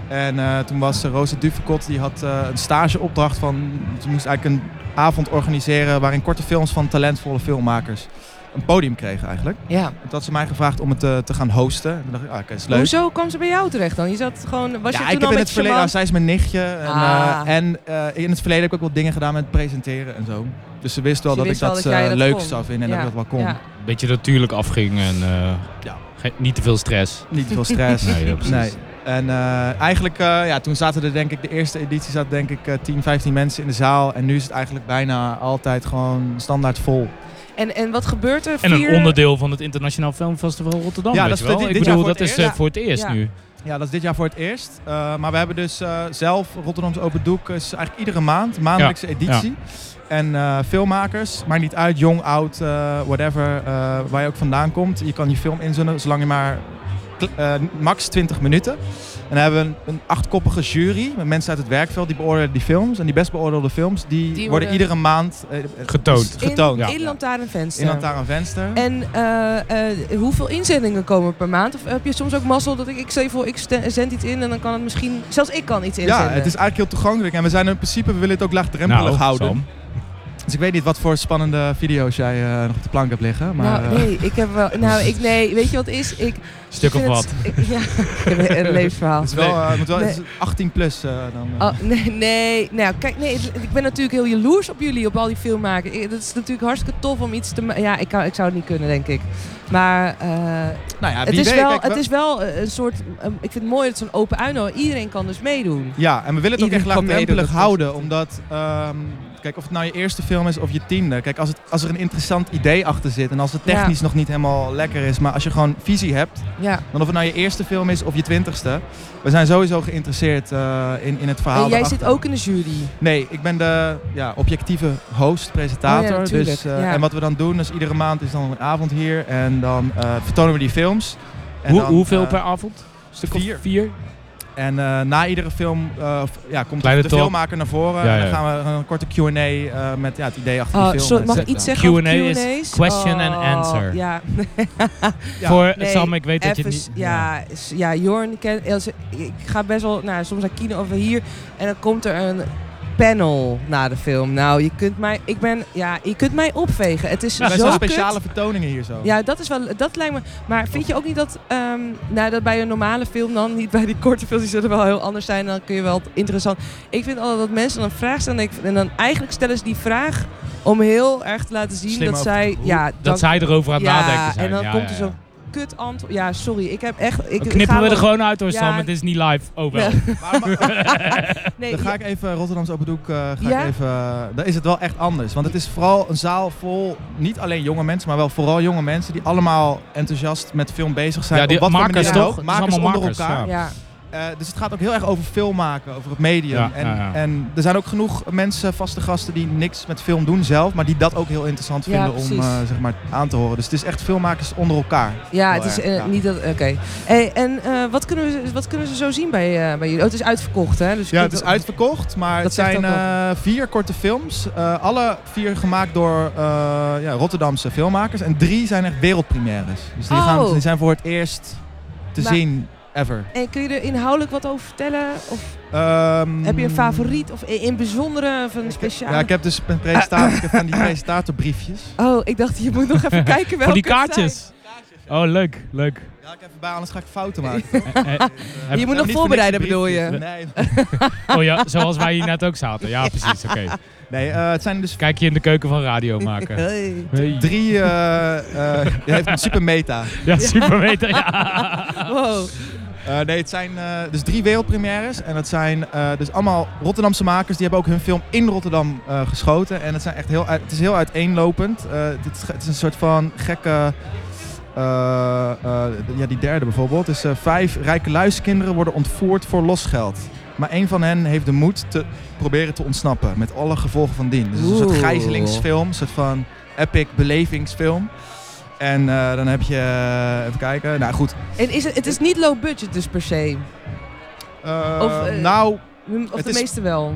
[SPEAKER 3] En eh, toen was eh, Rosa Duvekot, die had eh, een stageopdracht van... Ze moest eigenlijk een avond organiseren waarin korte films van talentvolle filmmakers een podium kregen eigenlijk.
[SPEAKER 1] Ja.
[SPEAKER 3] En toen had ze mij gevraagd om het eh, te gaan hosten. En toen dacht ik, ah, oké, is leuk.
[SPEAKER 1] Hoezo kwam ze bij jou terecht dan? Je zat gewoon, was
[SPEAKER 3] ja,
[SPEAKER 1] je
[SPEAKER 3] ik
[SPEAKER 1] toen
[SPEAKER 3] heb
[SPEAKER 1] al
[SPEAKER 3] in
[SPEAKER 1] met
[SPEAKER 3] het verleden, nou,
[SPEAKER 1] charmant-
[SPEAKER 3] zij is mijn nichtje. En,
[SPEAKER 1] Ah.
[SPEAKER 3] eh, en eh, in het verleden heb ik ook wat dingen gedaan met presenteren en zo. Dus ze wist wel
[SPEAKER 1] Ze
[SPEAKER 3] dat
[SPEAKER 1] wist
[SPEAKER 3] ik
[SPEAKER 1] wel
[SPEAKER 3] dat,
[SPEAKER 1] dat jij
[SPEAKER 3] eh,
[SPEAKER 1] dat
[SPEAKER 3] leuk
[SPEAKER 1] kon.
[SPEAKER 3] zou vinden en
[SPEAKER 1] Ja,
[SPEAKER 3] dat ik dat wel kon.
[SPEAKER 1] ja.
[SPEAKER 2] Beetje natuurlijk afging en eh,
[SPEAKER 3] Ja.
[SPEAKER 2] geen- niet te veel stress.
[SPEAKER 3] Niet veel stress.
[SPEAKER 2] Nee, ja, precies.
[SPEAKER 3] Nee. En eh, eigenlijk, eh, ja, toen zaten er denk ik, de eerste editie zaten denk ik eh, 10, 15 mensen in de zaal. En nu is het eigenlijk bijna altijd gewoon standaard vol.
[SPEAKER 1] En, en wat gebeurt er?
[SPEAKER 2] En een
[SPEAKER 1] Vier-
[SPEAKER 2] onderdeel van het Internationaal Filmfestival Rotterdam.
[SPEAKER 3] Ja,
[SPEAKER 2] weet
[SPEAKER 3] dat
[SPEAKER 2] je
[SPEAKER 3] is
[SPEAKER 2] wel.
[SPEAKER 3] dit-
[SPEAKER 2] ik
[SPEAKER 3] dit jaar
[SPEAKER 2] bedoel,
[SPEAKER 3] voor
[SPEAKER 2] dat
[SPEAKER 3] het
[SPEAKER 2] is eh,
[SPEAKER 1] eerst.
[SPEAKER 2] voor het eerst
[SPEAKER 1] Ja.
[SPEAKER 2] nu.
[SPEAKER 3] Ja, dat is dit jaar voor het eerst. Eh, maar we hebben dus eh, zelf, Rotterdamse Open Doek is eigenlijk iedere maand, maandelijkse editie. En eh, filmmakers, maakt niet uit, jong, oud, eh, whatever, eh, waar je ook vandaan komt. Je kan je film inzenden, zolang je maar kl- eh, max 20 minuten. En dan hebben we een, een achtkoppige jury met mensen uit het werkveld die beoordelen die films. En die best beoordeelde films, die, worden,
[SPEAKER 1] worden-
[SPEAKER 3] iedere maand eh,
[SPEAKER 2] Getoond.
[SPEAKER 3] getoond.
[SPEAKER 1] In, in Lantaarn en Venster.
[SPEAKER 3] In Lantaarn Venster.
[SPEAKER 1] En eh, eh, hoeveel inzendingen komen per maand? Of heb je soms ook mazzel dat ik, ik stel je voor, ik sten- zend iets in en dan kan het misschien... Zelfs ik kan iets inzenden.
[SPEAKER 3] Ja, het is eigenlijk heel toegankelijk. En we zijn in principe, we willen het ook laagdrempelig
[SPEAKER 2] Nou,
[SPEAKER 3] houden.
[SPEAKER 2] Sam.
[SPEAKER 3] Dus ik weet niet wat voor spannende video's jij eh, nog op de plank hebt liggen. Maar,
[SPEAKER 1] nou,
[SPEAKER 3] eh,
[SPEAKER 1] nee, ik heb wel... Nou, ik, nee, weet je wat het is? Ik,
[SPEAKER 2] Stuk
[SPEAKER 1] ik
[SPEAKER 2] of
[SPEAKER 1] vind
[SPEAKER 2] wat.
[SPEAKER 1] het- ik- ja, ik heb een- een levensverhaal.
[SPEAKER 3] het is wel, eh, het moet wel
[SPEAKER 1] Nee.
[SPEAKER 3] het is 18 plus eh, dan. eh.
[SPEAKER 1] Oh, nee, nee. Nou, kijk, nee, het- ik ben natuurlijk heel jaloers op jullie, op al die filmmakers. Ik- Dat is natuurlijk hartstikke tof om iets te ma- Ja, ik, kan, ik zou het niet kunnen, denk ik. Maar eh,
[SPEAKER 3] nou ja,
[SPEAKER 1] het,
[SPEAKER 3] wie
[SPEAKER 1] is
[SPEAKER 3] weet.
[SPEAKER 1] wel,
[SPEAKER 3] kijk, we-
[SPEAKER 1] het is wel eh, een soort... eh, ik vind het mooi dat zo'n open uitnodiging... Iedereen kan dus meedoen.
[SPEAKER 3] Ja, en we willen het ook
[SPEAKER 1] Iedereen
[SPEAKER 3] echt
[SPEAKER 1] kan meedoen,
[SPEAKER 3] laagdrempelig
[SPEAKER 1] dat is-
[SPEAKER 3] houden. Omdat, ehm, kijk, of het nou je eerste film is of je tiende. Kijk, als, het, als er een interessant idee achter zit en als het
[SPEAKER 1] Ja.
[SPEAKER 3] technisch nog niet helemaal lekker is. Maar als je gewoon visie hebt,
[SPEAKER 1] Ja.
[SPEAKER 3] dan of het nou je eerste film is of je twintigste. We zijn sowieso geïnteresseerd eh, in, in het verhaal
[SPEAKER 1] En jij
[SPEAKER 3] daarachter.
[SPEAKER 1] zit ook in de jury.
[SPEAKER 3] Nee, ik ben de ja, objectieve host, presentator.
[SPEAKER 1] Oh ja, natuurlijk,
[SPEAKER 3] dus, eh,
[SPEAKER 1] ja.
[SPEAKER 3] En wat we dan doen, is iedere maand is dan een avond hier. En dan eh, vertonen we die films. En
[SPEAKER 2] Hoe,
[SPEAKER 3] dan,
[SPEAKER 2] hoeveel
[SPEAKER 3] eh,
[SPEAKER 2] per avond? Stuk of
[SPEAKER 3] vier.
[SPEAKER 2] vier?
[SPEAKER 3] En eh, na iedere film eh, f- ja, komt
[SPEAKER 2] Kleine
[SPEAKER 3] de
[SPEAKER 2] talk.
[SPEAKER 3] filmmaker naar voren.
[SPEAKER 2] Ja,
[SPEAKER 3] En dan
[SPEAKER 2] ja.
[SPEAKER 3] gaan we een korte Q&A eh, met ja, het idee achter
[SPEAKER 1] Oh,
[SPEAKER 3] die film.
[SPEAKER 1] sorry, mag ik
[SPEAKER 3] etcetera.
[SPEAKER 1] iets zeggen over
[SPEAKER 2] Q&A is
[SPEAKER 1] Q&A's?
[SPEAKER 2] question and
[SPEAKER 1] Oh,
[SPEAKER 2] answer.
[SPEAKER 1] Ja,
[SPEAKER 3] Ja.
[SPEAKER 2] Voor
[SPEAKER 1] Nee,
[SPEAKER 2] Sam, ik weet dat je
[SPEAKER 1] even,
[SPEAKER 2] het niet...
[SPEAKER 1] ja, s- ja, Jorn, ken, als- ik ga best wel, nou, soms naar kino of hier en dan komt er een panel na de film. Nou, je kunt mij, ik ben, ja, je kunt mij opvegen. Het is
[SPEAKER 3] Er zijn
[SPEAKER 1] zo
[SPEAKER 3] zo'n
[SPEAKER 1] kut.
[SPEAKER 3] speciale vertoningen hier zo.
[SPEAKER 1] Ja, dat is wel, dat lijkt me. Maar vind je ook niet dat, ehm, nou, dat bij een normale film dan, niet bij die korte films, die zullen wel heel anders zijn, dan kun je wel interessant. Ik vind altijd dat mensen dan een vraag stellen en, ik, en dan eigenlijk stellen ze die vraag om heel erg te laten zien
[SPEAKER 3] Slim
[SPEAKER 1] dat
[SPEAKER 3] over-
[SPEAKER 1] zij,
[SPEAKER 3] hoe-
[SPEAKER 1] ja,
[SPEAKER 2] Dat zij erover aan het
[SPEAKER 1] ja,
[SPEAKER 2] nadenken zijn.
[SPEAKER 1] en dan
[SPEAKER 2] Ja,
[SPEAKER 1] komt
[SPEAKER 2] ja,
[SPEAKER 1] er
[SPEAKER 2] ja.
[SPEAKER 1] zo'n kut antwoord. Ja, sorry, ik heb echt. Ik,
[SPEAKER 2] Dan knippen
[SPEAKER 1] ga
[SPEAKER 2] we er
[SPEAKER 1] wel-
[SPEAKER 2] gewoon uit hoor, Sam.
[SPEAKER 1] Ja.
[SPEAKER 2] Het is niet live. Oh wel.
[SPEAKER 1] Nee.
[SPEAKER 3] Maar, maar-
[SPEAKER 1] Nee,
[SPEAKER 3] dan ga ik even Rotterdamse Open Doek, eh, ga
[SPEAKER 1] Ja?
[SPEAKER 3] ik even, daar is het wel echt anders. Want het is vooral een zaal vol, niet alleen jonge mensen, maar wel vooral jonge mensen die allemaal enthousiast met film bezig zijn.
[SPEAKER 2] Ja, die
[SPEAKER 3] op wat voor
[SPEAKER 2] makers
[SPEAKER 3] manier dan
[SPEAKER 2] toch?
[SPEAKER 3] ook.
[SPEAKER 2] Het is
[SPEAKER 3] Makers
[SPEAKER 2] allemaal
[SPEAKER 3] onder
[SPEAKER 2] makers,
[SPEAKER 3] elkaar.
[SPEAKER 2] ja.
[SPEAKER 1] ja.
[SPEAKER 3] Eh, dus het gaat ook heel erg over film maken, over het medium.
[SPEAKER 2] Ja,
[SPEAKER 3] en,
[SPEAKER 2] ja, ja.
[SPEAKER 3] en er zijn ook genoeg mensen, vaste gasten, die niks met film doen zelf, maar die dat ook heel interessant
[SPEAKER 1] Ja,
[SPEAKER 3] vinden om
[SPEAKER 1] precies.
[SPEAKER 3] eh, zeg maar, aan te horen. Dus het is echt filmmakers onder elkaar.
[SPEAKER 1] ja, het
[SPEAKER 3] Heel
[SPEAKER 1] is
[SPEAKER 3] erg,
[SPEAKER 1] eh,
[SPEAKER 3] ja.
[SPEAKER 1] niet dat. Oké. Hey, en eh, wat, kunnen we, wat kunnen ze zo zien bij, eh, bij jullie? Oh, het is uitverkocht, hè? Dus je
[SPEAKER 3] Ja, het
[SPEAKER 1] kunt
[SPEAKER 3] is
[SPEAKER 1] wel-
[SPEAKER 3] uitverkocht, maar het
[SPEAKER 1] Dat zegt
[SPEAKER 3] zijn
[SPEAKER 1] ook wel.
[SPEAKER 3] eh, vier korte films. Eh, alle vier gemaakt door eh, ja, Rotterdamse filmmakers. En drie zijn echt wereldpremières. Dus die,
[SPEAKER 1] Oh.
[SPEAKER 3] gaan, die zijn voor het eerst te
[SPEAKER 1] Maar-
[SPEAKER 3] zien ever.
[SPEAKER 1] En kun je er inhoudelijk wat over vertellen? Of
[SPEAKER 3] Ehm,
[SPEAKER 1] heb je een favoriet? Of e- in, in bijzondere of een speciale?
[SPEAKER 3] Ja, ik heb dus een presentator, ik heb van die presentatorbriefjes.
[SPEAKER 1] Oh, ik dacht, je moet nog even kijken welke
[SPEAKER 2] Voor die
[SPEAKER 1] het zijn.
[SPEAKER 2] kaartjes. Oh, leuk, leuk.
[SPEAKER 3] Ja, ik even bij, anders ga ik fouten maken.
[SPEAKER 2] Eh, eh,
[SPEAKER 1] Je moet nog voorbereiden, bedoel je?
[SPEAKER 3] Nee,
[SPEAKER 2] oh ja, zoals wij hier net ook zaten. Ja, precies. Oké.
[SPEAKER 3] nee eh, het zijn dus
[SPEAKER 2] Kijk je in de keuken van radio maken.
[SPEAKER 1] Hey.
[SPEAKER 2] Hey.
[SPEAKER 3] drie... eh, eh, je heeft een super meta.
[SPEAKER 2] Ja, super weten. Ja.
[SPEAKER 1] Wow.
[SPEAKER 3] Eh, nee, het zijn eh, dus drie wereldpremières. En dat zijn eh, dus allemaal Rotterdamse makers. Die hebben ook hun film in Rotterdam eh, geschoten. En het, zijn echt heel, uit- het is heel uiteenlopend. Eh, het, is, het is een soort van gekke... eh, eh, ja, die derde bijvoorbeeld. Dus eh, vijf rijke luiskinderen worden ontvoerd voor losgeld. Maar één van hen heeft de moed te proberen te ontsnappen. Met alle gevolgen van dien. Dus het is een soort
[SPEAKER 1] Oeh.
[SPEAKER 3] gijzelingsfilm. Een soort van epic belevingsfilm. En eh, dan heb je... eh, even kijken. Nou goed.
[SPEAKER 1] En is het, het is niet low budget dus per se.
[SPEAKER 3] Eh,
[SPEAKER 1] Of, eh,
[SPEAKER 3] nou...
[SPEAKER 1] Of
[SPEAKER 3] Het
[SPEAKER 1] de
[SPEAKER 3] is-
[SPEAKER 1] meeste wel.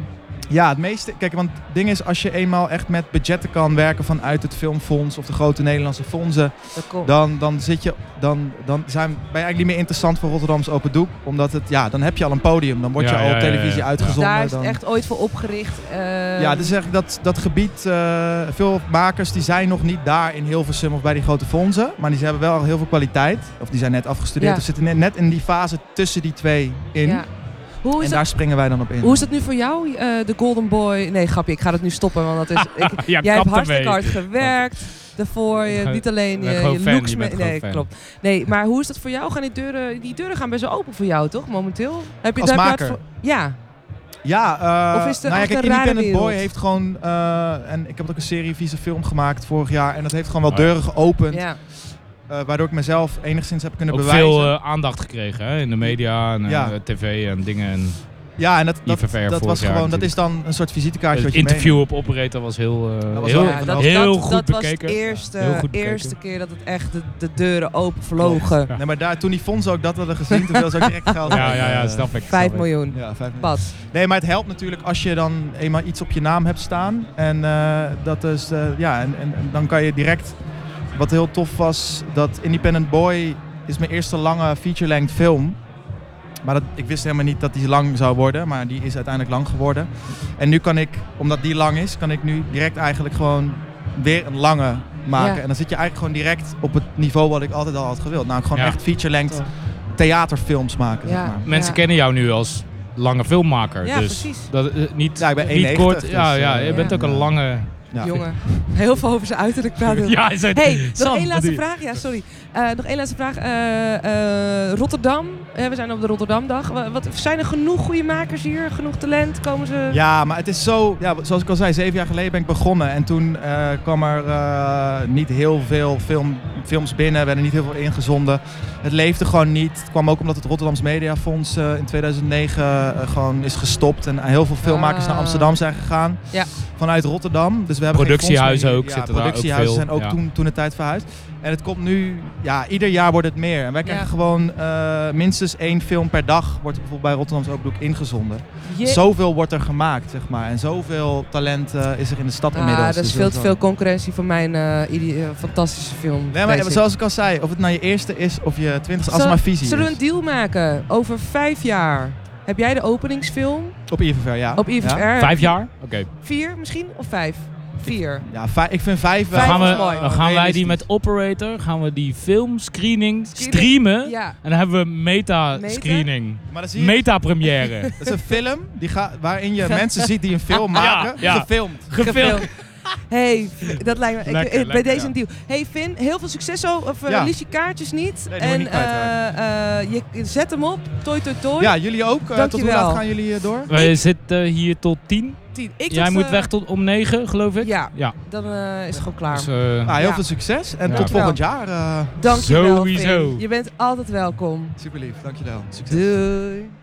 [SPEAKER 3] Ja, het meeste. Kijk, want het ding is, als je eenmaal echt met budgetten kan werken vanuit het filmfonds of de grote Nederlandse fondsen,
[SPEAKER 1] Dat komt.
[SPEAKER 3] dan, dan, zit je, dan, dan zijn, ben je eigenlijk niet meer interessant voor Rotterdams Open Doek. Omdat het, ja, dan heb je al een podium. Dan word je
[SPEAKER 2] Ja,
[SPEAKER 3] al
[SPEAKER 2] ja,
[SPEAKER 3] op
[SPEAKER 2] ja, ja,
[SPEAKER 3] televisie
[SPEAKER 2] ja.
[SPEAKER 3] uitgezonden.
[SPEAKER 1] Daar is
[SPEAKER 3] dan,
[SPEAKER 1] het echt ooit voor opgericht. eh,
[SPEAKER 3] ja, het is eigenlijk dat, dat gebied. eh, veel makers die zijn nog niet daar in Hilversum of bij die grote fondsen. Maar die hebben wel al heel veel kwaliteit. Of die zijn net afgestudeerd.
[SPEAKER 1] Ja.
[SPEAKER 3] Of zitten net, net in die fase tussen die twee in.
[SPEAKER 1] ja. Hoe
[SPEAKER 3] En
[SPEAKER 1] is dat
[SPEAKER 3] daar springen wij dan op in.
[SPEAKER 1] Hoe is dat nu voor jou, eh, de Golden Boy? Nee, grapje, ik ga dat nu stoppen, want dat is, ik,
[SPEAKER 2] Ja,
[SPEAKER 1] jij hebt
[SPEAKER 2] kap
[SPEAKER 1] hartstikke
[SPEAKER 2] ermee.
[SPEAKER 1] hard gewerkt. Daarvoor, je,
[SPEAKER 2] Ge-
[SPEAKER 1] niet alleen
[SPEAKER 2] ik
[SPEAKER 1] je,
[SPEAKER 2] ben gewoon
[SPEAKER 1] je
[SPEAKER 2] fan,
[SPEAKER 1] looks...
[SPEAKER 2] je
[SPEAKER 1] me-
[SPEAKER 2] bent
[SPEAKER 1] nee,
[SPEAKER 2] gewoon fan.
[SPEAKER 1] klopt. Nee, maar hoe is dat voor jou? Gaan die deuren, die deuren gaan best wel open voor jou, toch, momenteel? Heb je,
[SPEAKER 3] Als
[SPEAKER 1] heb je
[SPEAKER 3] maker?
[SPEAKER 1] hard voor- ja.
[SPEAKER 3] Ja, eh
[SPEAKER 1] Of is het
[SPEAKER 3] nou ja,
[SPEAKER 1] echt
[SPEAKER 3] kijk,
[SPEAKER 1] een rare
[SPEAKER 3] Independent Boy
[SPEAKER 1] wereld?
[SPEAKER 3] heeft gewoon... eh, en ik heb ook een serie vieze film gemaakt vorig jaar. En dat heeft gewoon wel
[SPEAKER 2] Oh ja.
[SPEAKER 3] deuren geopend.
[SPEAKER 1] ja.
[SPEAKER 3] eh, waardoor ik mezelf enigszins heb kunnen
[SPEAKER 2] Ook
[SPEAKER 3] bewijzen.
[SPEAKER 2] veel eh, aandacht gekregen hè? in de media en eh,
[SPEAKER 3] Ja.
[SPEAKER 2] tv en dingen. En...
[SPEAKER 3] Ja, en dat, dat,
[SPEAKER 2] IVVR vorig
[SPEAKER 3] dat was
[SPEAKER 2] jaar
[SPEAKER 3] gewoon, dat
[SPEAKER 2] natuurlijk.
[SPEAKER 3] is dan een soort visitekaartje
[SPEAKER 2] Het
[SPEAKER 3] wat je
[SPEAKER 2] interview op Operator was heel, eh,
[SPEAKER 3] Dat was
[SPEAKER 2] heel,
[SPEAKER 3] wel echt een
[SPEAKER 2] heel,
[SPEAKER 3] hoop.
[SPEAKER 1] dat,
[SPEAKER 2] goed
[SPEAKER 1] dat
[SPEAKER 2] bekeken.
[SPEAKER 1] was de eerste,
[SPEAKER 2] heel goed bekeken.
[SPEAKER 1] eerste keer dat het echt de, de deuren open vlogen.
[SPEAKER 3] meeneemt. Nee, maar daar, toen die fonds ook dat hadden gezien, toen wilden ze ook direct geld.
[SPEAKER 2] Ja, ja, ja,
[SPEAKER 3] Eh,
[SPEAKER 2] snap ik. snap
[SPEAKER 1] 5
[SPEAKER 2] ik.
[SPEAKER 1] miljoen.
[SPEAKER 3] Ja, 5 miljoen.
[SPEAKER 1] Wat?
[SPEAKER 3] Nee, maar het helpt natuurlijk als je dan eenmaal iets op je naam hebt staan. En eh, dat is, eh, ja, en, en dan kan je direct. Wat heel tof was, dat Independent Boy is mijn eerste lange feature-length film. Maar dat, ik wist helemaal niet dat die lang zou worden, maar die is uiteindelijk lang geworden. En nu kan ik, omdat die lang is, kan ik nu direct eigenlijk gewoon weer een lange maken.
[SPEAKER 1] Ja.
[SPEAKER 3] En dan zit je eigenlijk gewoon direct op het niveau wat ik altijd al had gewild. Nou, gewoon
[SPEAKER 2] Ja.
[SPEAKER 3] echt feature-length
[SPEAKER 1] Tof.
[SPEAKER 3] theaterfilms maken, zeg maar.
[SPEAKER 2] Mensen
[SPEAKER 1] Ja.
[SPEAKER 2] kennen jou nu als lange filmmaker.
[SPEAKER 1] Ja,
[SPEAKER 2] dus
[SPEAKER 1] precies.
[SPEAKER 2] Dat, eh, niet,
[SPEAKER 3] Ja, ik ben
[SPEAKER 2] niet
[SPEAKER 3] 1,90,
[SPEAKER 2] kort.
[SPEAKER 3] dus,
[SPEAKER 2] ja, ja,
[SPEAKER 3] eh,
[SPEAKER 2] je bent
[SPEAKER 1] ja.
[SPEAKER 2] ook een lange...
[SPEAKER 3] Ja.
[SPEAKER 1] Jongen, heel veel over zijn uiterlijk praten.
[SPEAKER 2] Ja, hij zei-
[SPEAKER 1] Hey,
[SPEAKER 2] Sam,
[SPEAKER 1] nog één laatste
[SPEAKER 2] die-
[SPEAKER 1] vraag. Ja, sorry. Eh, nog één laatste vraag. Eh, eh, Rotterdam. Eh, we zijn op de Rotterdamdag. Wa- Wat, zijn er genoeg goede makers hier? Genoeg talent? Komen ze?
[SPEAKER 3] Ja, maar het is zo, ja, zoals ik al zei, zeven jaar geleden ben ik begonnen. En toen eh, kwam er eh, niet heel veel film, films binnen, werden niet heel veel ingezonden. Het leefde gewoon niet. Het kwam ook omdat het Rotterdams Mediafonds eh, in 2009 gewoon is gestopt. En heel veel filmmakers
[SPEAKER 1] Ah.
[SPEAKER 3] naar Amsterdam zijn gegaan.
[SPEAKER 1] Ja.
[SPEAKER 3] Vanuit Rotterdam. Dus we hebben geen
[SPEAKER 2] Productiehuizen
[SPEAKER 3] fonds
[SPEAKER 2] ook
[SPEAKER 3] meer.
[SPEAKER 2] zitten daar ook
[SPEAKER 3] productiehuizen
[SPEAKER 2] veel.
[SPEAKER 3] zijn ook
[SPEAKER 2] Ja.
[SPEAKER 3] toen, toen de tijd verhuisd. En het komt nu, ja, ieder jaar wordt het meer. En wij krijgen gewoon eh, minstens één film per dag wordt er bijvoorbeeld bij Rotterdams Opendoek ingezonden.
[SPEAKER 1] Je-
[SPEAKER 3] Zoveel wordt er gemaakt, zeg maar. En zoveel talent eh, is er in de stad inmiddels.
[SPEAKER 1] Ah, dat is
[SPEAKER 3] Dus
[SPEAKER 1] veel te
[SPEAKER 3] wel-
[SPEAKER 1] veel concurrentie voor mijn eh, ide- eh, fantastische film.
[SPEAKER 3] Nee, maar
[SPEAKER 1] Basic.
[SPEAKER 3] zoals ik al zei, of het nou je eerste is of je twintigste, als
[SPEAKER 1] Zal-
[SPEAKER 3] het maar visie
[SPEAKER 1] Zullen we
[SPEAKER 3] is.
[SPEAKER 1] een deal maken? Over vijf jaar heb jij de openingsfilm
[SPEAKER 3] Op IVVR, ja.
[SPEAKER 1] op IVR?
[SPEAKER 3] Ja,
[SPEAKER 2] Vijf jaar? Oké.
[SPEAKER 1] Vier misschien? Of vijf? Vier.
[SPEAKER 3] ja vij- ik vind vijf wel...
[SPEAKER 2] Dan gaan,
[SPEAKER 1] is
[SPEAKER 2] we,
[SPEAKER 1] mooi.
[SPEAKER 2] dan gaan wij die
[SPEAKER 3] Realistisch.
[SPEAKER 2] met Operator, gaan we die filmscreening
[SPEAKER 1] Screening.
[SPEAKER 2] streamen.
[SPEAKER 1] Ja.
[SPEAKER 2] En dan hebben we meta-screening.
[SPEAKER 3] Maar dan zie je,
[SPEAKER 2] Meta-première.
[SPEAKER 3] dat is een film die ga, waarin je mensen ziet die een film maken,
[SPEAKER 2] ja.
[SPEAKER 3] gefilmd.
[SPEAKER 2] Gefilmd.
[SPEAKER 1] Hey, dat lijkt me. ik-
[SPEAKER 2] Lekker,
[SPEAKER 1] ik- bij
[SPEAKER 2] lekker,
[SPEAKER 1] deze
[SPEAKER 2] ja.
[SPEAKER 1] een deal. Hey Finn, heel veel succes zo. Of, eh,
[SPEAKER 3] Ja.
[SPEAKER 1] Lies je kaartjes niet.
[SPEAKER 3] Nee, die moet
[SPEAKER 1] en
[SPEAKER 3] je niet kwijtraken.
[SPEAKER 1] eh, eh, je je zet hem op. Toi, toi, toi.
[SPEAKER 3] Ja, jullie ook. Eh, tot hoe
[SPEAKER 1] Dankjewel.
[SPEAKER 3] laat gaan jullie eh, door?
[SPEAKER 2] Wij zitten hier tot tien.
[SPEAKER 1] Tien. Ik
[SPEAKER 2] Jij
[SPEAKER 1] tot,
[SPEAKER 2] moet
[SPEAKER 1] eh,
[SPEAKER 2] weg tot om negen, geloof ik.
[SPEAKER 1] Ja,
[SPEAKER 2] Ja.
[SPEAKER 1] dan eh, is het gewoon klaar.
[SPEAKER 2] Dus, eh,
[SPEAKER 3] Nou, heel
[SPEAKER 1] Ja.
[SPEAKER 3] veel succes en
[SPEAKER 2] Ja.
[SPEAKER 3] tot
[SPEAKER 1] Dankjewel.
[SPEAKER 3] volgend jaar. eh
[SPEAKER 1] Dankjewel.
[SPEAKER 2] Sowieso.
[SPEAKER 1] Finn. Je bent altijd welkom.
[SPEAKER 3] super lief, dankjewel. Succes.
[SPEAKER 1] Doei.